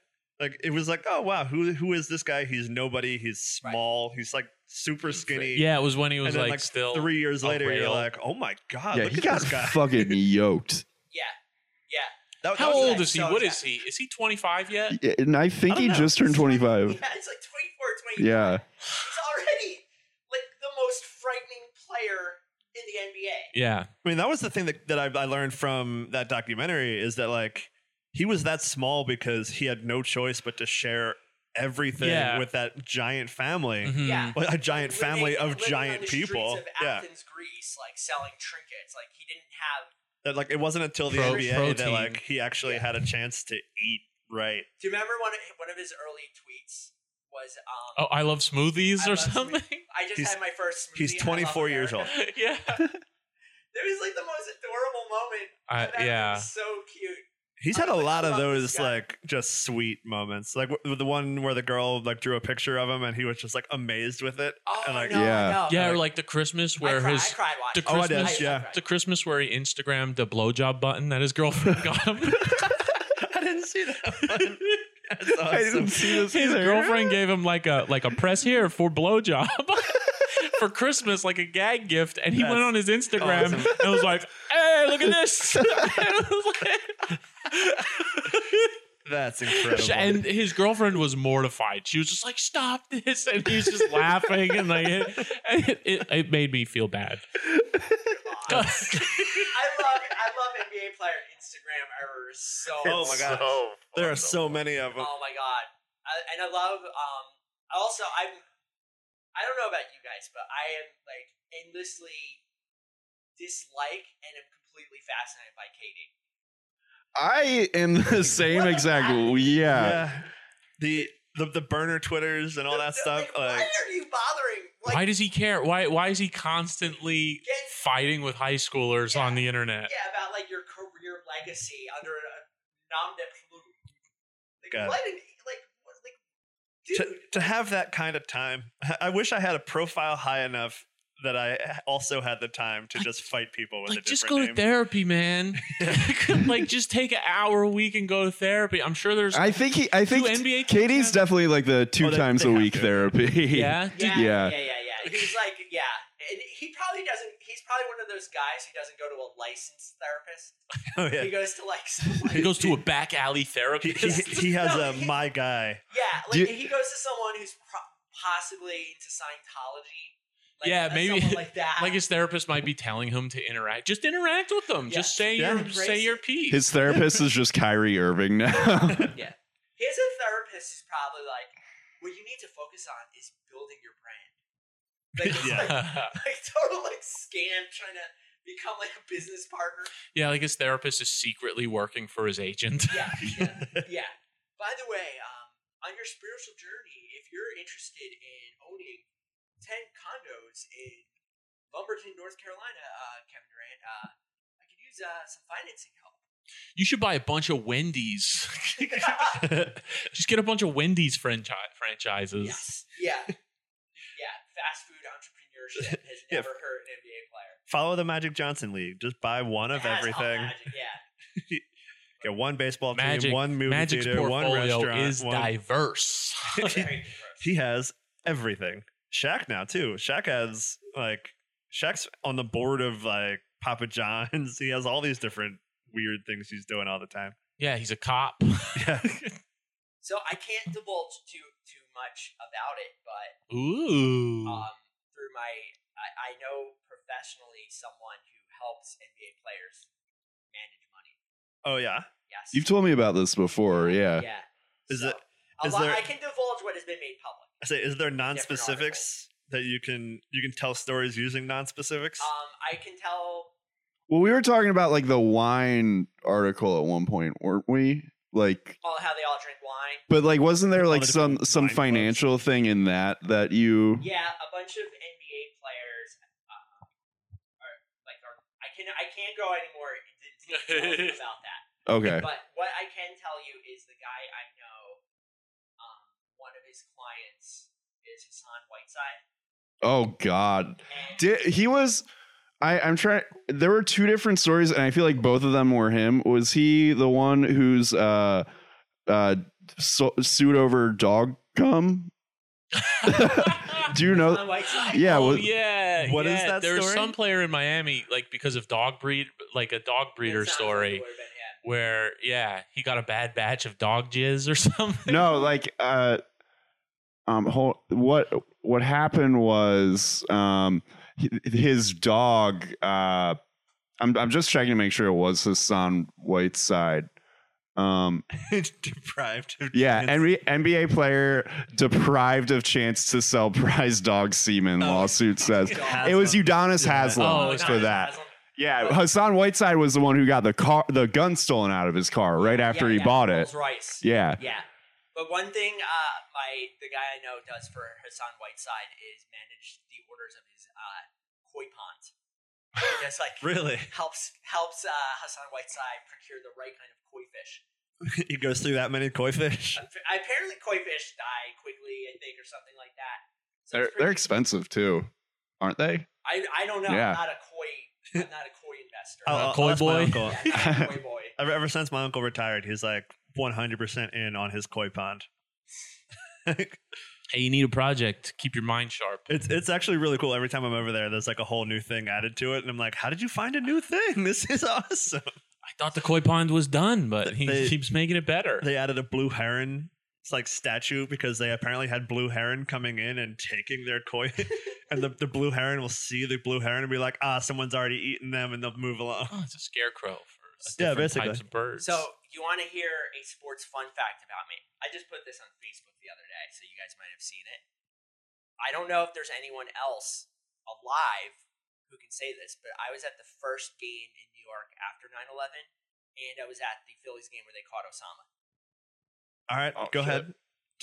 Like it was like, oh wow, who who is this guy? He's nobody. He's Right. small. He's like super skinny. yeah, it was when he was and then like, like, still three years a later, you're whale. like, oh my god, yeah, look he at got this guy. fucking yoked. Yeah. Yeah. That- that How was- old is he? So What yeah. is he? Is he 25 yet? Yeah, And I think I he don't know. just turned 25. Yeah, it's like 24, 25. Yeah. He's already like the most frightening player in the NBA. Yeah. I mean, that was the thing that, that I, I learned from that documentary is that like he was that small because he had no choice but to share everything Yeah. with that giant family, Mhm. Yeah. Well, a giant Living- family of living on giant the streets people. Of yeah, Athens, Greece, like selling trinkets. Like he didn't have. that like it wasn't until the Pro- NBA that protein. like he actually had a chance to eat right. Do you remember one of one of his early tweets was? Oh, Um, I love smoothies I or love something. I just he's- had my first. Smoothie he's I love 24 years America." yeah. It was like the most adorable moment. Uh, I've ever- it yeah. was so cute. He's I had a like lot of love this those guy. like just sweet moments, like w- the one where the girl like drew a picture of him and he was just like amazed with it. Oh And, like, no, Yeah. no. Yeah, or like the Christmas where I cried, his I cried watching. the Oh, I did, Christmas- yeah. cried. the Christmas where he Instagrammed the blowjob button that his girlfriend got him. I didn't see that. One. That's awesome. I didn't see this His either. girlfriend gave him like a like a press here for blowjob for Christmas, like a gag gift, and he went That's on his Instagram awesome. and was like, "Hey, look at this!" and, it was like- That's incredible. And his girlfriend was mortified. She was just like, "Stop this!" And he was just laughing, and like it, it, it, it made me feel bad. I love I love NBA player Instagram errors so. Oh much. my gosh. there are so many of them. Oh my god! I, and I love. Um, I also I'm. I don't know about you guys, but I am like endlessly dislike and am completely fascinated by Katie. I am the same exact. Yeah. yeah. The, the the burner twitters and all that stuff. Like, Like, why are you bothering? Like, why does he care? Why why is he constantly Get- fighting with high schoolers on the internet? yeah, about like your career legacy under a nom de plume. Like, God. what? An, like, what, like, to, dude. to have that kind of time, I wish I had a profile high enough that I also had the time to just fight people with a like different just go name. to therapy man like just take an hour a week and go to therapy i'm sure there's I think he. I think NBA teams Katie's have- definitely like the Oh, two they- times they a have week to. therapy. yeah Yeah, Yeah. yeah, yeah, yeah, yeah. He's like, yeah, and he probably doesn't. He's probably one of those guys who doesn't go to a licensed therapist. Oh, He yeah. goes to like, some, he like goes to a back alley He, he, therapist he has No, a he- my guy. yeah, Do like you- he goes to someone who's pro- possibly into Scientology. Yeah, uh, maybe- someone like that. Like his therapist might be telling him to interact. Just interact with them. Yeah. Just say Yeah. your say your piece. His therapist is just Kyrie Irving now. yeah, his therapist is probably like, what you need to focus on is building your brand. Like, it's Yeah. like, like total like scam trying to become like a business partner. yeah, like his therapist is secretly working for his agent. Yeah, yeah, yeah. By the way, um, on your spiritual journey, if you're interested in owning ten condos in Lumberton, North Carolina, uh, Kevin Durant, uh, I could use uh, some financing help. You should buy a bunch of Wendy's. Just get a bunch of Wendy's franchi- franchises. yes, yeah, yeah. Fast food entrepreneurship has Yeah. never hurt an NBA player. Follow the Magic Johnson League. Just buy one of That's all everything. magic, yeah. Get one baseball team, Magic- one movie Magic's theater, one portfolio restaurant. is one- diverse. Very gross. he has everything. Shaq now too. Shaq has like Shaq's on the board of like Papa John's. He has all these different weird things he's doing all the time. yeah, he's a cop. Yeah. So I can't divulge too too much about it, but Ooh. um, through my I, I know professionally someone who helps NBA players manage money. Oh yeah. Yes, You've told me about this before, yeah. yeah. Is so, it- is a lot- there- I can divulge what has been made public. I say, is there non-specifics that you can you can tell stories using non-specifics? Um, I can tell. Well, we were talking about like the wine article at one point, weren't we? Like All how they all drink wine. but like wasn't there All like the some different some wine clubs. financial thing in that that you Yeah, a bunch of NBA players. Uh, are, like, are, I can I can't go anymore into details about that. Okay. But what I can tell you is the guy I know, um, one of his clients is Hassan Whiteside. Oh god. And Did, he was I I'm trying there were two different stories and I feel like both of them were him. Was he the one who's uh uh so, sued over dog cum? Do you know Hassan Whiteside. Yeah, oh, was- yeah. What is yeah. that There was story? some player in Miami, like because of dog breed, like a dog breeder It sounds like it story, would've been him. where yeah, he got a bad batch of dog jizz or something. no like uh um hold, what what happened was um hi- his dog uh I'm, I'm just checking to make sure it was Hassan Whiteside. Um, Deprived. Of yeah, chance. NBA, NBA player deprived of chance to sell prize dog semen, Oh. lawsuit says. Haslam. It was Udonis Yeah. Haslam Oh, for Udonis that. Haslam. Yeah, Hassan Whiteside was the one who got the car, the gun stolen out of his car right after Yeah, he yeah, bought it. Rolls-Royce. Yeah. Yeah. But one thing uh, my the guy I know does for Hassan Whiteside is manage the orders of his uh, koi pond. He just like really. helps helps uh, Hassan Whiteside procure the right kind of koi fish. He goes through that many koi Uh, fish. Apparently, koi fish die quickly, I think, or something like that. So They're, it's they're pretty- expensive too, aren't they? I I don't know. Yeah. I'm not a koi. I'm not a koi investor. Oh, I'll- I'll- Uh, koi I'll ask my boy? uncle. Yeah, I'm not a koi boy. Ever, ever since my uncle retired, he's like 100% in on his koi pond. hey, you need a project. Keep your mind sharp. It's it's actually really cool. Every time I'm over there, there's like a whole new thing added to it, and I'm like, "How did you find a new thing? This is awesome." I thought the koi pond was done, but he They- keeps making it better. They added a blue heron. It's like statue because they apparently had blue heron coming in and taking their koi, and the, the blue heron will see the blue heron and be like, "Ah, someone's already eaten them," and they'll move along. oh, it's a scarecrow for Yeah, different basically. types of birds. So, you want to hear a sports fun fact about me? I just put this on Facebook the other day, so you guys might have seen it. I don't know if there's anyone else alive who can say this, but I was at the first game in New York after 9 11, and I was at the Phillies game where they caught Osama. All right, Oh, go shit. ahead.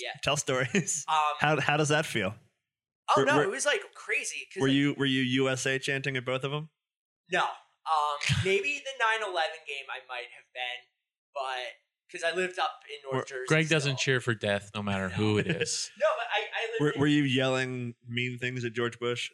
Yeah. tell stories. Um, How how does that feel? oh, were- no, were- it was like crazy. 'cause, Were like, you were you USA chanting at both of them? No. Um, maybe the 9 11 game I might have been, but because I lived up in Were- North Jersey. Greg doesn't still. cheer for death, no matter who it is. No, but I, I lived Were, in- were you yelling mean things at George Bush?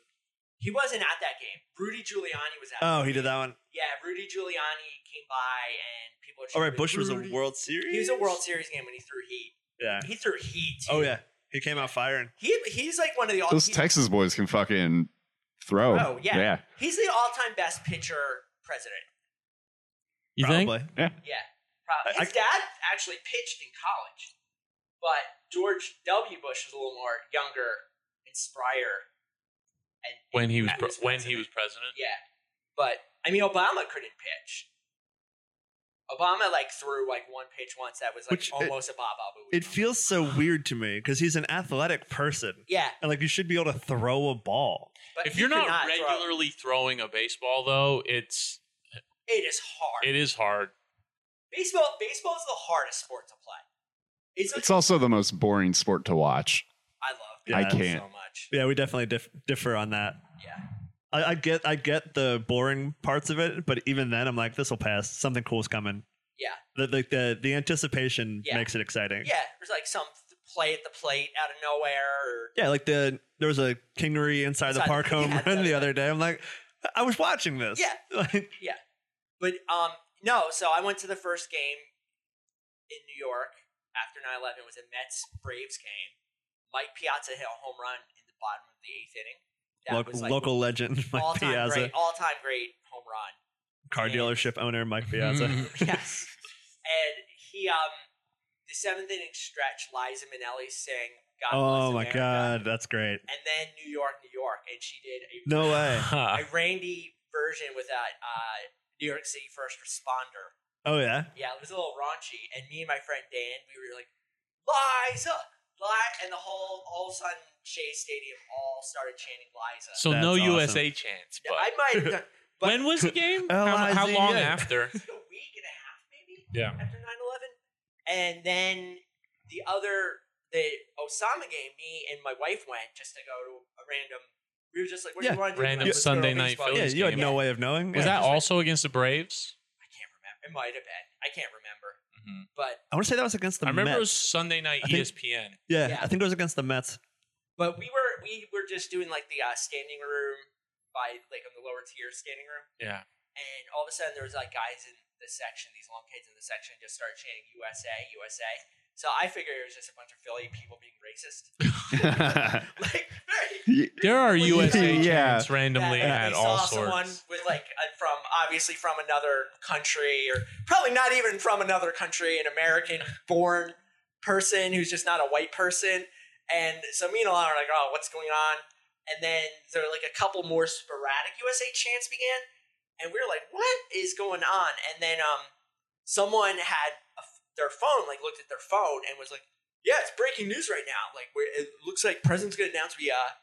He wasn't at that game. Rudy Giuliani was at. Oh, he did that one. Yeah, Rudy Giuliani came by, and people. Were All right, cheering, Bush was a "Rudy." World Series. He was a World Series game when he threw heat. Yeah. He threw heat. too. Oh yeah, he came out firing. He he's like one of the all. Those he- Texas boys can fucking throw. Oh, yeah. yeah. He's the all-time best pitcher president. You think? Probably. Yeah, probably. I- His dad actually pitched in college, but George W. Bush was a little more younger and sprier. And when he was At pre- his when he president. was president. yeah, but I mean, Obama couldn't pitch. Obama like threw like one pitch once that was like Which, it- almost a Bob Abu. It feels so weird to me because he's an athletic person, yeah, and like you should be able to throw a ball. but If he you're could not, throw. regularly throwing a baseball, though, it's it is hard. it is hard. baseball, baseball is the hardest sport to play. It's, It's also the most boring sport to watch. I love I baseball can't. so much. Yeah, we definitely dif- differ on that. Yeah, I, I get I get the boring parts of it, but even then, I'm like, this will pass. Something cool's coming. Yeah. The the the, the anticipation Yeah. makes it exciting. yeah. There's like some th- play at the plate out of nowhere. Or, Yeah, like the there was a Kingery inside, the Inside- park home yeah, run the- the other day. I'm like, I was watching this. Yeah. Like, But um, no. So I went to the first game in New York after 9/11. It was a Mets Braves game. Mike Piazza hit a home run in the bottom of the eighth inning. That local, was like local legend Mike all-time Piazza, great, all-time great home run. car Yeah. dealership owner Mike Piazza. Yes. and he um, the seventh inning stretch, Liza Minnelli sang "God Bless oh my America," god, that's great. and then New York, New York, and she did a No way. a Randy version with that uh, New York City first responder. Oh yeah. Yeah, it was a little raunchy. And me and my friend Dan, we were like, Liza, Liza, and the whole all of a sudden Shea Stadium all started chanting Liza. so That's no awesome. USA chance. Now, But, I might have done but- when was the game? L how, I how Z long A. after? a week and a half maybe Yeah. after 9-11. And then the other the Osama game, me and my wife went just to go to a random we were just like, What Yeah. do you want to do? Random Let's go to a Sunday night baseball Yeah, Phillies game. you had game. no way of knowing. Was Yeah. that also against the Braves? I can't remember. It might have been. I can't remember. Mm-hmm. Mhm. But I want to say that was against the I remember Mets. it was Sunday night I E think- ESPN. yeah, Yeah. I think it was against the Mets. But we were we were just doing like the uh, standing room by like on the lower tier standing room, Yeah. and all of a sudden there was like guys in the section, these long kids in the section, just started chanting USA, USA. So I figured it was just a bunch of Philly people being racist. like very There are Yeah. USA Yeah. chants randomly at that they all saw someone sorts. with like a, from obviously from another country or probably not even from another country, an American born person who's just not a white person. And so me and Alana are like, oh, what's going on? And then there were like a couple more sporadic USA chants began, and we were like, what is going on? And then um, someone had a f their phone, like looked at their phone and was like, yeah, it's breaking news right now. Like, we're, it looks like president's going to announce we uh,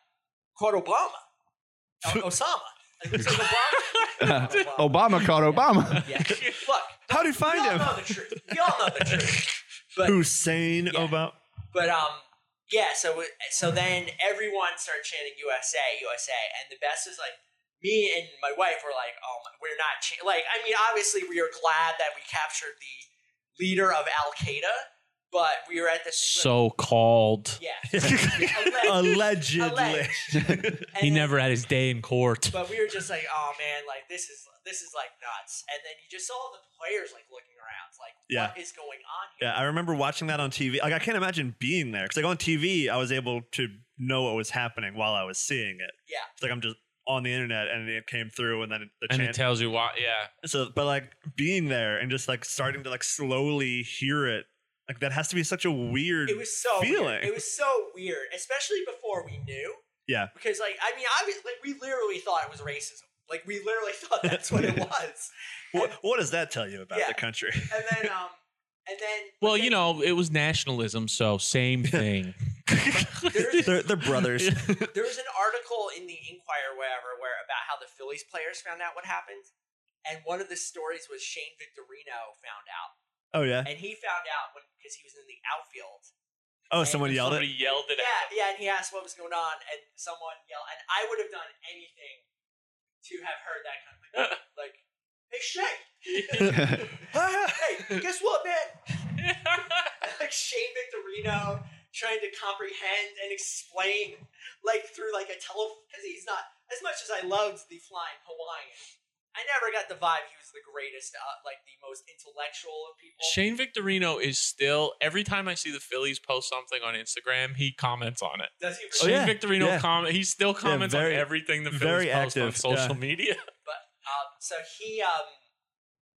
caught Obama, O- Osama. Like, looks like Obama. Obama. Obama caught Obama. Yeah. Look, How do you we find all him? know the truth. We all know the truth. But Hussein Yeah. Obama. But um, yeah. So so then everyone started chanting USA, USA, and the best is like me and my wife were like, oh, my, we're not cha-. like. I mean, obviously we are glad that we captured the leader of Al Qaeda, but we were at the So called. yeah. Allegedly. Alleged. He And- never had his day in court. But we were just like, oh man, like this is this is like nuts. And then you just saw the players like looking around, like Yeah. what is going on here? Yeah, I remember watching that on TV. Like, I can't imagine being there because, like, on TV, I was able to know what was happening while I was seeing it. Yeah. It's like I'm just on the internet and it came through, and then the And it chant. tells you why. Yeah. so, but like being there and just like starting to like slowly hear it, like that has to be such a weird. it was so feeling. Weird. It was so weird, especially before we knew. Yeah. Because like I mean, obviously, like we literally thought it was racism. Like we literally thought that's what it was. what, what does that tell you about Yeah. the country? And then um, and then Well, but you then know, it was nationalism, so same thing. There's- they're, they're brothers. there was an article in the Inquirer, wherever, where about how the Phillies players found out what happened, and one of the stories was Shane Victorino found out, Oh yeah. and he found out when because he was in the outfield Oh, someone yelled it. Somebody yelled it yeah, at him. yeah, and he asked what was going on, and someone yelled, and I would have done anything to have heard that kind of like, hey Shane, hey, guess what, man? like Shane Victorino trying to comprehend and explain, like through like a tele, because he's not as much as I loved the flying Hawaiian. I never got the vibe he was the greatest, uh, like the most intellectual of people. Shane Victorino is still, every time I see the Phillies post something on Instagram, he comments on it. Does he? Oh, Shane yeah. Victorino Yeah. comment. He still comments very- on everything the very Phillies post on active, social yeah. media. Um, so he, um,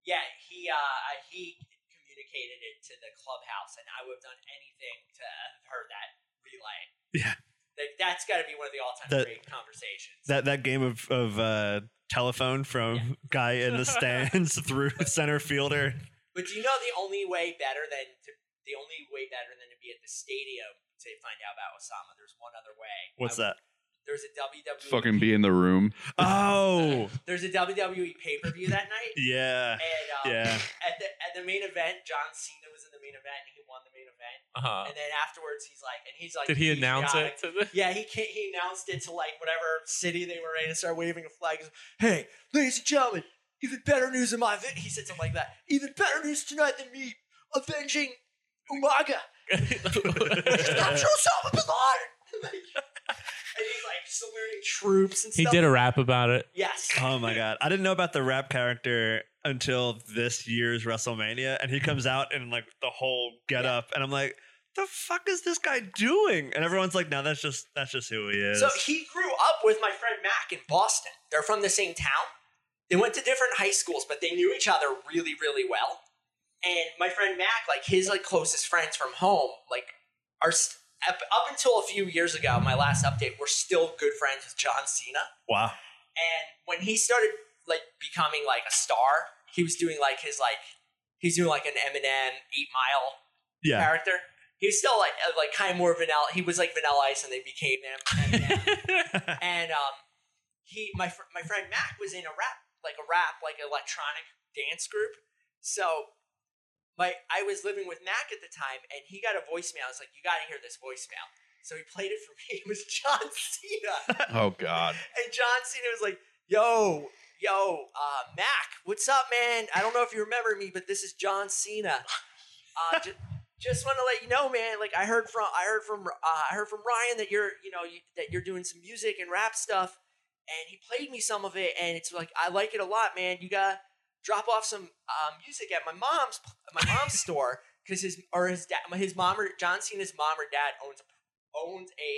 yeah, he uh, uh, he communicated it to the clubhouse, and I would have done anything to have heard that relay. Yeah. Like, that's got to be one of the all time That- great conversations. that that game of of uh, telephone from Yeah. guy in the stands through center fielder. but do you know the only way better than to the only way better than to be at the stadium to find out about Osama? There's one other way. What's I- that? There's a WWE. Fucking be in the room. Oh, There's a WWE pay per view that night. yeah, And um, yeah. at the at the main event, John Cena was in the main event and he won the main event. Uh-huh. And then afterwards, he's like, and he's like, Did he he's announce got it to the? Yeah, he can't, he announced it to like whatever city they were in and started waving a flag. He's like, hey, ladies and gentlemen, even better news in my vi-" he said something like that. Even better news tonight than me avenging Umaga. Dr. Osama bin Laden. Like, and he's like saluting troops and he stuff. did a rap about it. Yes. Oh my god, I didn't know about the rap character until this year's WrestleMania, and he comes out in like the whole get up, and I'm like, the fuck is this guy doing? And everyone's like, no, that's just that's just who he is. So he grew up with my friend Mac in Boston. They're from the same town. They went to different high schools, but they knew each other really, really well. And my friend Mac, like his like closest friends from home, like are st- up, up until a few years ago, my last update, we're still good friends with John Cena. wow, And when he started like becoming like a star, he was doing like his like he's doing like an Eminem Eight Mile yeah, character. He was still like uh, like kind of more vanilla. He was like Vanilla Ice, and they became him. And, uh, and, um, he my fr- my friend Mac was in a rap like a rap like electronic dance group. So my I was living with Mac at the time, and he got a voicemail. I was like, "You got to hear this voicemail." So he played it for me. It was John Cena. Oh God. And John Cena was like, yo, yo, uh, Mac, what's up, man? I don't know if you remember me, but this is John Cena. Uh, ju- just want to let you know, man. Like I heard from, I heard from, uh, I heard from Ryan that you're, you know, you, that you're doing some music and rap stuff, and he played me some of it, and it's like I like it a lot, man. You gotta drop off some uh, music at my mom's, my mom's store, because his or his dad, his mom or John Cena's mom or dad owns a, owns a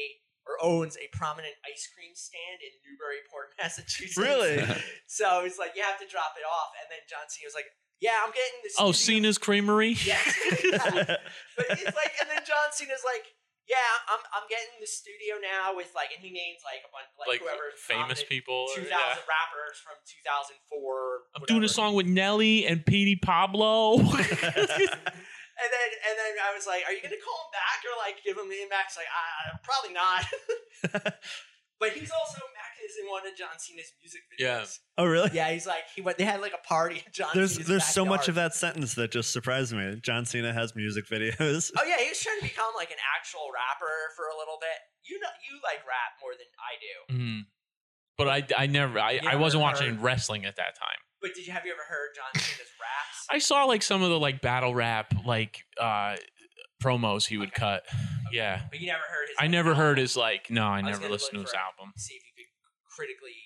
or owns a prominent ice cream stand in Newburyport, Massachusetts. really? So he's like, you have to drop it off, and then John Cena was like, yeah, I'm getting this. Oh, Cena's Creamery. Yes. But he's like, and then John Cena's like, yeah, I'm I'm getting the studio now with like, and he names like a bunch like, Like whoever famous people. or- two yeah. thousand rappers from two thousand four. I'm doing a song with Nelly and Petey Pablo. and then and then I was like, are you gonna call him back or like give him the inbox? Like, ah, probably not. but he's also Mac is in one of John Cena's music Yeah. videos. oh really? Yeah, he's like he went. They had like a party. At John There's Cena's there's so much backyard. of that sentence that just surprised me. John Cena has music videos. Oh yeah, he was trying to become like an actual rapper for a little bit. You know, you like rap more than I do. Mhm. But I, I never, I, I Mm-hmm. never wasn't heard- watching wrestling at that time. But did you have you ever heard John Cena's raps? I saw like some of the like battle rap like uh promos he would Okay. cut. Yeah. But you never heard his. I like, never album. heard his like no, I was never gonna listened to look his for it. album. See if you could critically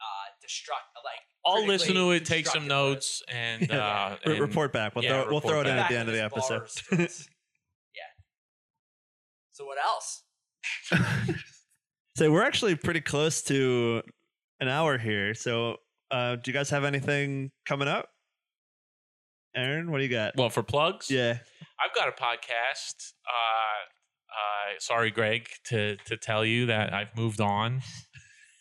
uh destruct like. I'll listen to critically it, take some constructive notes and Yeah. uh Re- and- report back. We'll yeah, throw, we'll report throw it words. in back. at the end of the Back to his episode. bars to us. yeah. So what else? So we're actually pretty close to an hour here. So uh, do you guys have anything coming up? Aaron, what do you got? Well, for plugs, yeah. I've got a podcast. Uh uh sorry Greg to to tell you that I've moved on.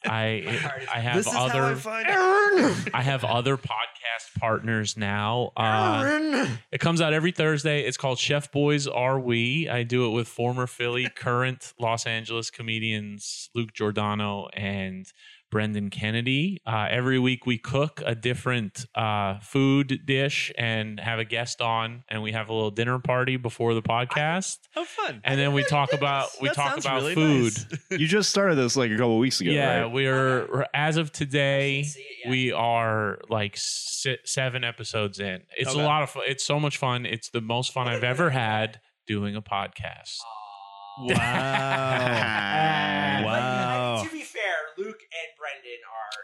My I heart is- I have this is other how I find Aaron. I have other podcast partners now. Oh, Uh, it comes out every Thursday. It's called Chef Boys Are We. I do it with former Philly, current Los Angeles comedians Luke Giordano and Brendan Kennedy. Uh, every week we cook a different uh, food dish and have a guest on, and we have a little dinner party before the podcast. How fun. And then we That talk about we talk sounds about really food. nice. You just started this like a couple weeks ago, Yeah, right? we're, we're- as of I today, should see it, yeah. we are like si seven episodes in. It's Okay. a lot of fun. It's so much fun. It's the most fun I've ever had doing a podcast. Aw. Wow. But, Wow. I- to be fair, Luke and Brendan are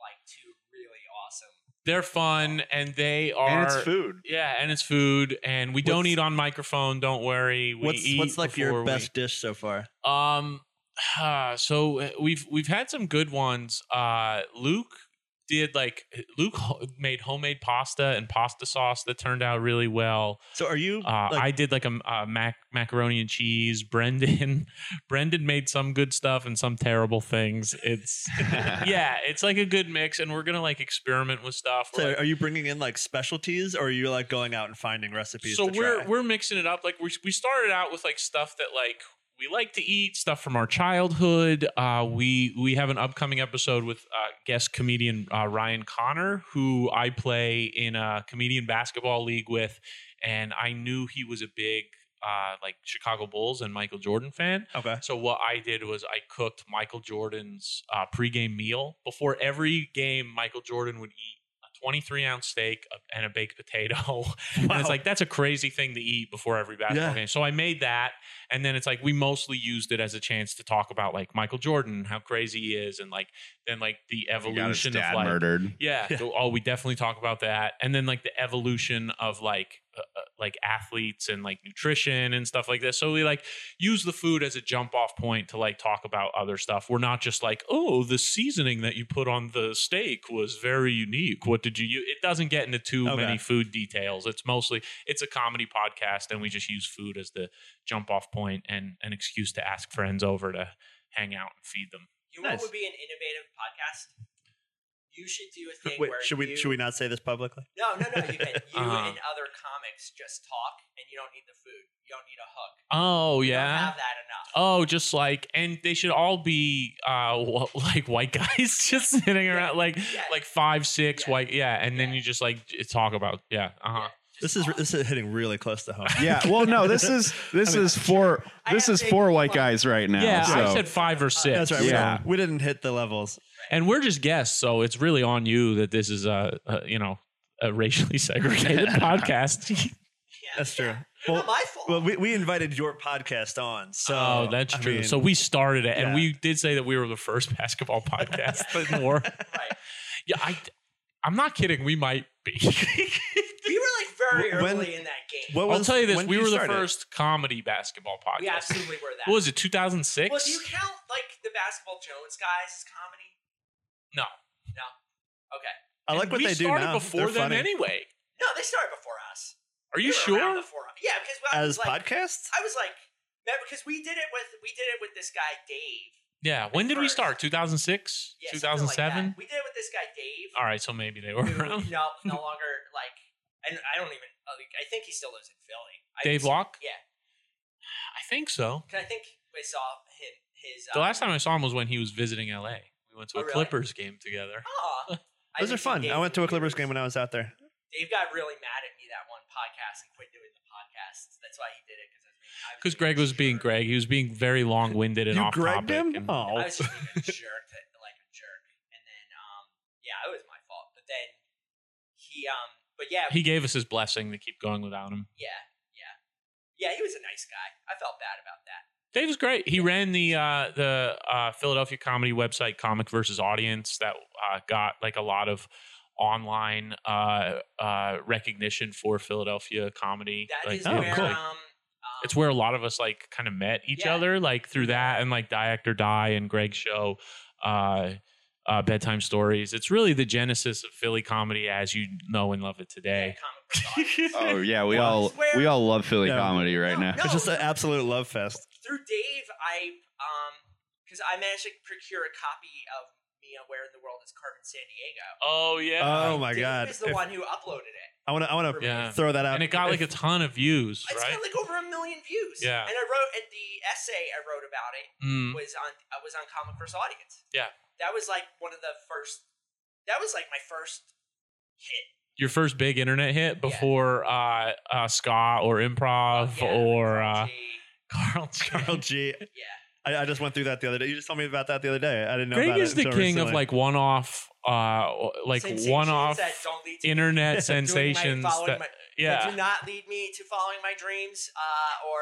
like two really awesome. They're fun, and they are. and it's food. Yeah, and it's food, and we don't What's- eat on microphone. Don't worry. We what's eat what's like your before we- best dish so far? Um, ah, so uh, we've we've had some good ones. Uh, Luke did like Luke ho- made homemade pasta and pasta sauce that turned out really well. So are you? Uh, like, I did like a, a mac macaroni and cheese. Brendan, Brendan made some good stuff and some terrible things. It's yeah, it's like a good mix, and we're gonna like experiment with stuff. We're, so like- are you bringing in like specialties, or are you like going out and finding recipes? so to we're try? we're mixing it up. Like we we started out with like stuff that like we like to eat, stuff from our childhood. Uh, we we have an upcoming episode with uh, guest comedian uh, Ryan Connor, who I play in a comedian basketball league with, and I knew he was a big. Uh, like Chicago Bulls and Michael Jordan fan. okay. So what I did was I cooked Michael Jordan's uh, pregame meal before every game. Michael Jordan would eat a 23 ounce steak uh, and a baked potato, and it's Wow. like that's a crazy thing to eat before every basketball Yeah. game. So I made that, and then it's like we mostly used it as a chance to talk about like Michael Jordan, how crazy he is, and like then like the He got his evolution of dad like murdered. yeah. Yeah. so- oh, we definitely talk about that, and then like the evolution of like uh, uh, like athletes and like nutrition and stuff like this. So we like use the food as a jump off point to like talk about other stuff. We're not just like, oh, the seasoning that you put on the steak was very unique. What did you use? It doesn't get into too Okay. many food details. It's mostly it's a comedy podcast, and we just use food as the jump off point and an excuse to ask friends over to hang out and feed them. You know Nice. what would be an innovative podcast? You should do a thing Wait, where should we you, should we not say this publicly? No, no, no. You can. You Uh-huh. and other comics just talk, and you don't need the food. You don't need a hook. Oh You don't yeah. have that enough. Oh, just like, and they should all be uh wh- like white guys just sitting around, like Yeah. like five, six Yeah. white, yeah, and then Yeah. you just like j- talk about, yeah, uh huh, This is this is hitting really close to home. Yeah. Well, no. This is this mean, is four. I This have is big four white fun. guys right now. yeah. so. I said five or six. That's right. we Yeah. don't- We, didn't hit the levels. and we're just guests, so it's really on you that this is a, uh you know a racially segregated podcast. Yeah. That's true. Not Well, my fault. well, we, we invited your podcast on, so oh, that's I true. mean, so we started it, yeah. and we did say that we were the first basketball podcast in the world. right. Yeah, I, I'm not kidding. We might be. We were like very Wh- when- early in that game. what I'll was- tell you this: when we did you were the start it? first comedy basketball podcast. we absolutely were that. What was it? 2006? well, do you count like the basketball Jones guys as comedy? no, Okay. I like what we they do started now. before They're them funny. anyway. No, they started before us. Are you They were around sure? Before us. Yeah, because well, as like, podcasts. I was like, remember, because we did it with we did it with this guy Dave. Yeah. When did we first. start? 2006? Yeah, something 2007? like that. we did it with this guy Dave. All right, so maybe they were who around. no, no longer like. And I don't even. Like, I think he still lives in Philly. I Dave just- Locke? Yeah, I think so. 'cause I think I saw him. His The uh, last time I saw him was when he was visiting LA. We went to a Oh, really? Clippers game together. Aw. I Those are haven't seen fun. Dave I went to a in Clippers years. game when I was out there. Dave got really mad at me that one podcast and quit doing the podcast. That's why he did it because I was being- I was Because being Greg a was being jerk. Greg. He was being very long winded and you off grabbed topic. him? and- Oh, I was just being a jerk, to- like a jerk, and then um, yeah, it was my fault. But then he um, but yeah, He gave us his blessing to keep going without him. yeah, yeah, yeah. He was a nice guy. I felt bad about that. Dave was great. He ran the uh, the uh, Philadelphia comedy website Comic versus Audience that uh, got like a lot of online uh, uh, recognition for Philadelphia comedy. That Like, is it oh, was, where cool. like- um, um, it's where a lot of us like kind of met each Yeah. other, like through that and like Die Act or Die and Greg's show, uh, uh, bedtime stories. It's really the genesis of Philly comedy as you know and love it yeah, today. comic book author. Oh yeah, we Well, all swear- we all love Philly No. comedy right No, now. no. It's just an absolute love fest. through Dave, I um, because I managed to procure a copy of Mia Where in the World is Carmen San Diego. Oh yeah. oh my Dave god! is the If- one who uploaded it. I want to. I want to Yeah. throw that out. Uh, And it got like If- a ton of views, It's right? got like over a million views. Yeah. and I wrote and the essay I wrote about it Mm. was on I was on Comic First Audience. Yeah. that was like one of the first. That was like my first hit. your first big internet hit before uh, uh, ska or improv Yeah, or uh, Carl G. Carl. Carl G. yeah, I, I just went through that the other day. You just told me about that the other day. I didn't know. Greg about is it the until king of recently. like one-off, uh, like Sensations one-off that don't lead to internet doing my- sensations. following that- my- that do yeah, not lead me to following my dreams uh, or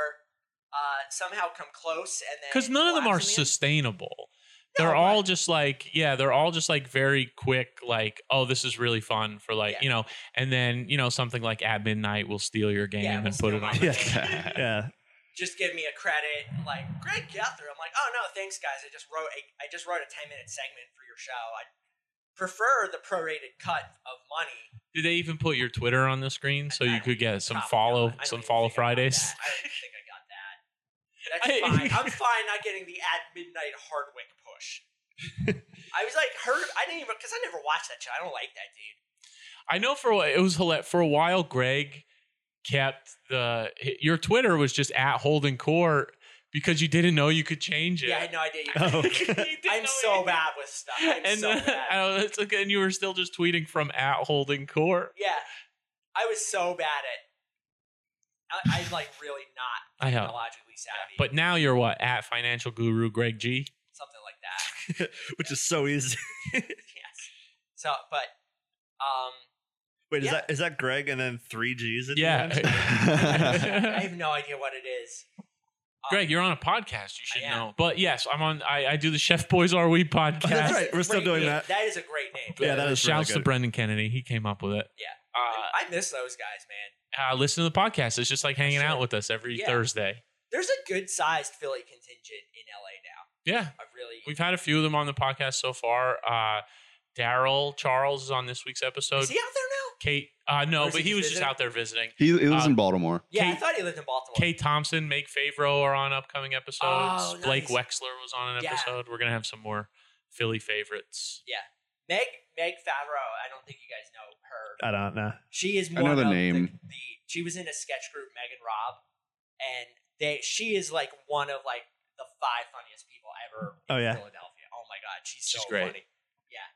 uh, somehow come close and then because none of them are collapse in the end. sustainable. No, they're but- all just like yeah, they're all just like very quick. Like oh, this is really fun for like Yeah. you know, and then you know something like at midnight will steal your game Yeah, we'll and put steal it my on. game. yeah. just give me a credit like Greg Guthrie. I'm like, oh no, thanks guys. I just wrote a I just wrote a ten minute segment for your show. I prefer the prorated cut of money. Did they even put your Twitter on the screen so I- you could get some Probably follow not. I don't some even follow think I got Fridays? that. I don't even think I got that. That's fine. I'm fine not getting the at midnight Hardwick push. I was like, heard. I didn't even because I never watched that show. I don't like that dude. I know for a whi- it was hilarious. for a while. Greg kept the hi- your Twitter was just at Holden Court because you didn't know you could change it. Yeah, I had no idea. You Oh. You didn't I'm know so you- bad with stuff. I'm and so then- bad. I know, it's okay, and you were still just tweeting from at Holden Court. Yeah, I was so bad at. I, I'm like really not I know, technologically savvy, but now you're what at Financial Guru Greg G. something like that. which is so easy. yes. So, but um, Wait, is Yeah. that is that Greg and then three G's? At the end? Yeah, I have no idea what it is. Um, Greg, you're on a podcast. You should I am. know. But yes, I'm on. I, I do the Chef Boys Are We podcast. Oh, Uh, That's a right, we're still great doing name. that. That is a great name. Yeah, that is shouts really to good. Brendan Kennedy. He came up with it. Yeah. Uh, I miss those guys, man. uh, listen to the podcast. It's just like hanging Sure. out with us every Yeah. Thursday. There's a good sized Philly contingent in LA now. Yeah, I really we've had a few of them on the podcast so far. Uh, Daryl Charles is on this week's episode. is he out there now? Kate, uh, Or no, is but he he was just just visiting? out there visiting. he, he lives Uh, in Baltimore. Yeah, I Kate- thought he lived in Baltimore. Kate Thompson, Make Favreau are on upcoming episodes. Oh, Blake nice. Wexler was on an Yeah. episode. We're gonna have some more Philly favorites. Meg Meg Favreau. I don't think you guys know her. I don't know. She is I know one the of name. The, she was in a sketch group, Megan Rob, and they she is like one of like the five funniest people ever in Oh, yeah. Philadelphia. Oh my god, she's so She's great. funny. Yeah,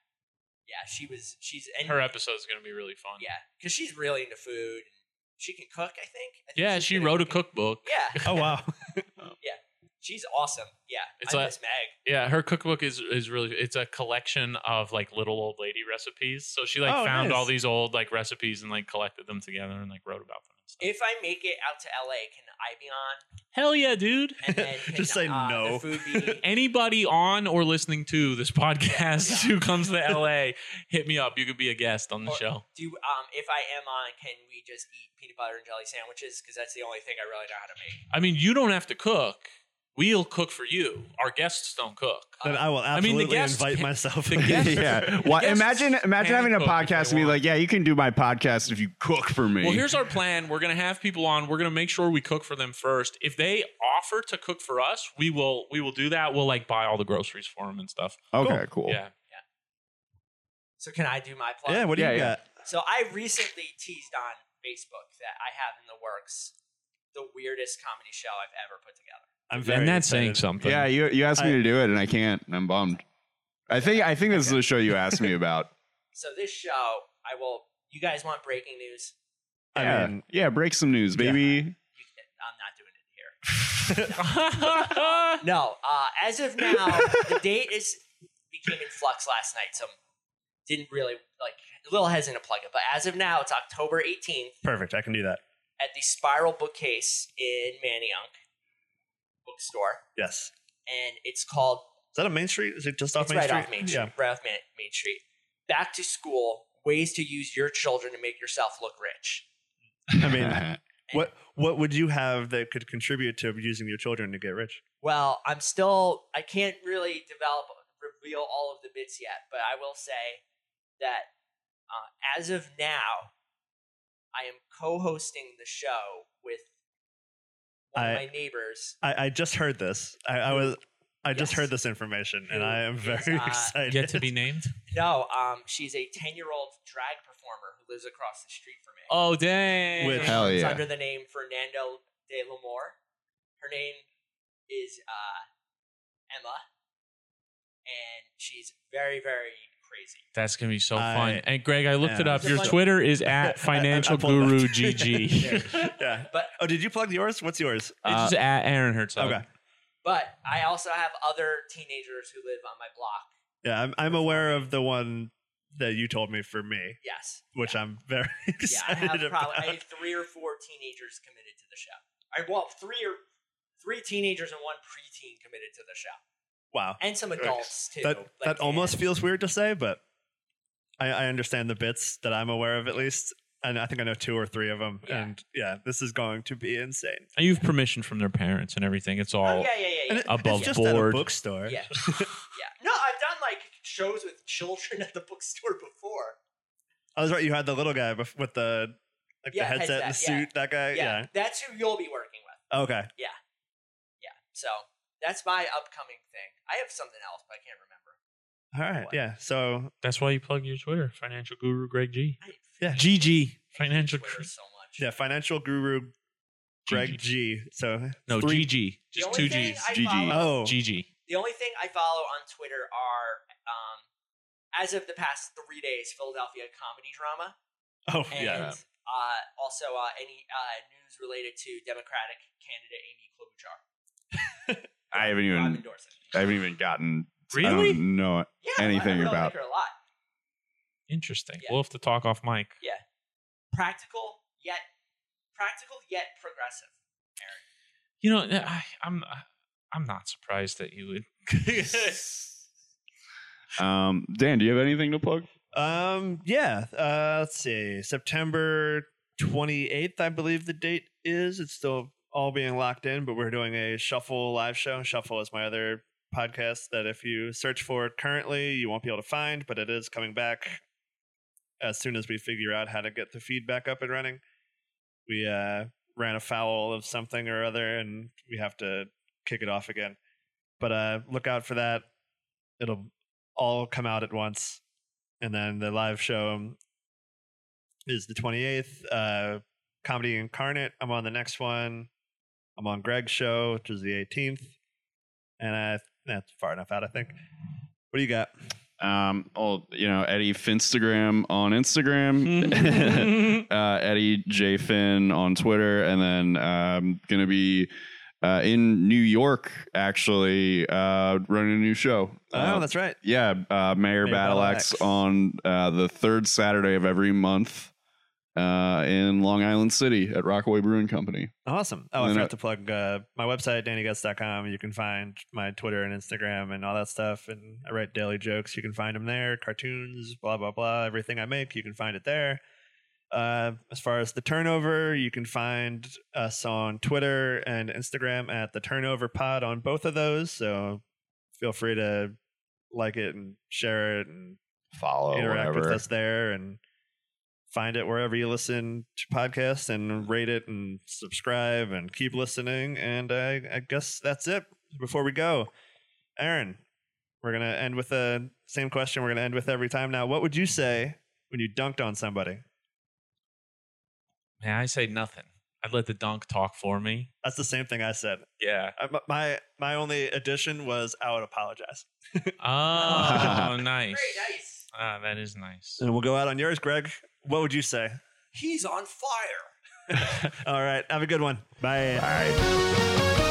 yeah, she was. She's and Her episode's gonna be really fun. yeah, because she's really into food. and She can cook, I think. I think Yeah, she's she good at wrote a cooking. cookbook. Yeah, Oh wow, Uh, she's awesome. Yeah, It's I like- miss Meg. Yeah, her cookbook is is really it's a collection of like little old lady recipes. So she like Oh, found nice. all these old like recipes and like collected them together and like wrote about them. And stuff. If I make it out to LA, can I be on? Hell yeah, dude. And then can, Just say uh, the no. food be- Anybody on or listening to this podcast Yeah. who comes to LA, hit me up. You could be a guest on the Or- show. do um if I am on, can we just eat peanut butter and jelly sandwiches? Because that's the only thing I really know how to make. I mean, you don't have to cook. We'll cook for you. Our guests don't cook. then I will mean, absolutely the guests invite can- myself. the guests- yeah. Why, Guests imagine imagine having a can cook if podcast they and be want. like, yeah, you can do my podcast if you cook for me. Well, here's our plan. We're gonna have people on. We're gonna make sure we cook for them first. If they offer to cook for us, we will. We will do that. We'll like buy all the groceries for them and stuff. okay, cool. Yeah. So can I do my plug? yeah, what do Yeah, you yeah. got? So I recently teased on Facebook that I have in the works the weirdest comedy show I've ever put together. I'm very. And that's saying excited. something. Yeah, you you asked me I- to do it and I can't. I'm bummed. I think I think this is the show you asked me about. So this show, I will. You guys want breaking news? I yeah. mean- yeah, break some news, baby. You can, I'm not doing it here. yeah. No. Uh, as of now, the date is became in flux last night, so didn't really like a little hesitant to plug it. But as of now, it's October 18th. Perfect. I can do that. at the Spiral Bookcase in Manayunk bookstore, Yes. and it's called Is that a Main Street? Is it just off it's Main right Street? off Main Street, right off Main, Main Street. Back to school: ways to use your children to make yourself look rich. Yeah. I mean, what what would you have that could contribute to using your children to get rich? Well, I'm still I can't really develop reveal all of the bits yet, but I will say that uh, as of now, I am co-hosting the show with one of I- my neighbors. I, I just heard this. I, I was. I just Yes. heard this information, and Who I am is, very uh, excited. Yet Ah, to be named. No, um, she's a ten-year-old drag performer who lives across the street from me. Oh dang. With- She Hell works yeah. under the name Fernando de Lamore. Her name is uh, Emma, and she's very, very crazy. That's gonna be so I- fun. And Greg, I looked yeah. it up. Your It's a fun- Twitter is at I- financial I pulled guru up. GG. yeah. But Oh, did you plug yours? What's yours? it's just at Aaron Herzog. Okay. but I also have other teenagers who live on my block. Yeah, I'm, I'm aware of the one that you told me for me, Yes, which I'm very yeah, I excited have probably about. I have three or four teenagers committed to the show. I well, three or three teenagers and one preteen committed to the show, wow, and some adults too. that like that the almost aunts. feels weird to say, but I, I understand the bits that I'm aware of at least, and I think I know two or three of them. Yeah. And yeah, this is going to be insane. And you've permission from their parents and everything. It's all Oh yeah, yeah, yeah, yeah. And it- Above it's just at board. a bookstore. Yeah. yeah. No, I've done like shows with children at the bookstore before. I was right. You had the little guy bef- with the like Yeah, the headset, and the headset, yeah. suit. That guy. yeah, Uh, Yeah. that's who you'll be working with. Okay. Yeah, so that's my upcoming thing. I have something else, but I can't remember. All right. What? Yeah. So That's why you plug your Twitter, financial guru Greg G. I Yeah. GG. I hate Financial Twitter guru. so much. yeah, financial guru Greg G. So No, Three- GG. The Just only two thing G's. I GG. follow- oh GG. The only thing I follow on Twitter are, um, as of the past three days, Philadelphia comedy drama, oh and yeah. uh, also uh, any uh, news related to Democratic candidate Amy Klobuchar. I haven't I'm even endorsing. I haven't even gotten I Really? don't know it. Yeah, I- I Anything really about- like her a lot. Interesting. Yeah. We'll have to talk off mic. Practical yet practical yet progressive. You know, I, I'm I'm not surprised that you would. Um, Dan, do you have anything to plug? Um. Yeah. Uh. Let's see. September twenty eighth, I believe the date is. It's still all being locked in, but we're doing a shuffle live show. Shuffle is my other podcast that if you search for it currently, you won't be able to find, but it is coming back as soon as we figure out how to get the feed back up and running. We uh, ran afoul of something or other, and we have to kick it off again. But uh, look out for that. It'll all come out at once and then the live show is the 28th uh comedy incarnate i'm on the next one i'm on greg's show which is the 18th and i that's far enough out i think what do you got Um, oh, you know, Eddie Finstagram on Instagram, uh, Eddie J Finn on Twitter, and then um, gonna be uh, in New York actually uh, running a new show. oh Uh, that's right yeah, uh, Mayor, Mayor Battle Battle Axe Axe. on uh, the third Saturday of every month uh, in Long Island City at Rockaway Brewing Company. awesome oh i And then forgot I- to plug uh, my website dannyguts.com you can find my twitter and instagram and all that stuff and i write daily jokes you can find them there cartoons blah blah blah everything i make you can find it there Uh, as far as the turnover, you can find us on Twitter and Instagram at the Turnover Pod on both of those. So feel free to like it and share it and Follow interact whatever. with us there and find it wherever you listen to podcasts and rate it and subscribe and keep listening. And I, I guess that's it. Before we go, Aaron, we're gonna end with the same question we're gonna end with every time now. What would you say when you dunked on somebody? Man, I say nothing. I'd let the dunk talk for me. That's the same thing I said. Yeah. I, my- my my only addition was I would apologize. Oh, nice. Very nice. Ah, that is nice. And we'll go out on yours, Greg. What would you say? He's on fire. All right, have a good one. Bye. All right. Bye.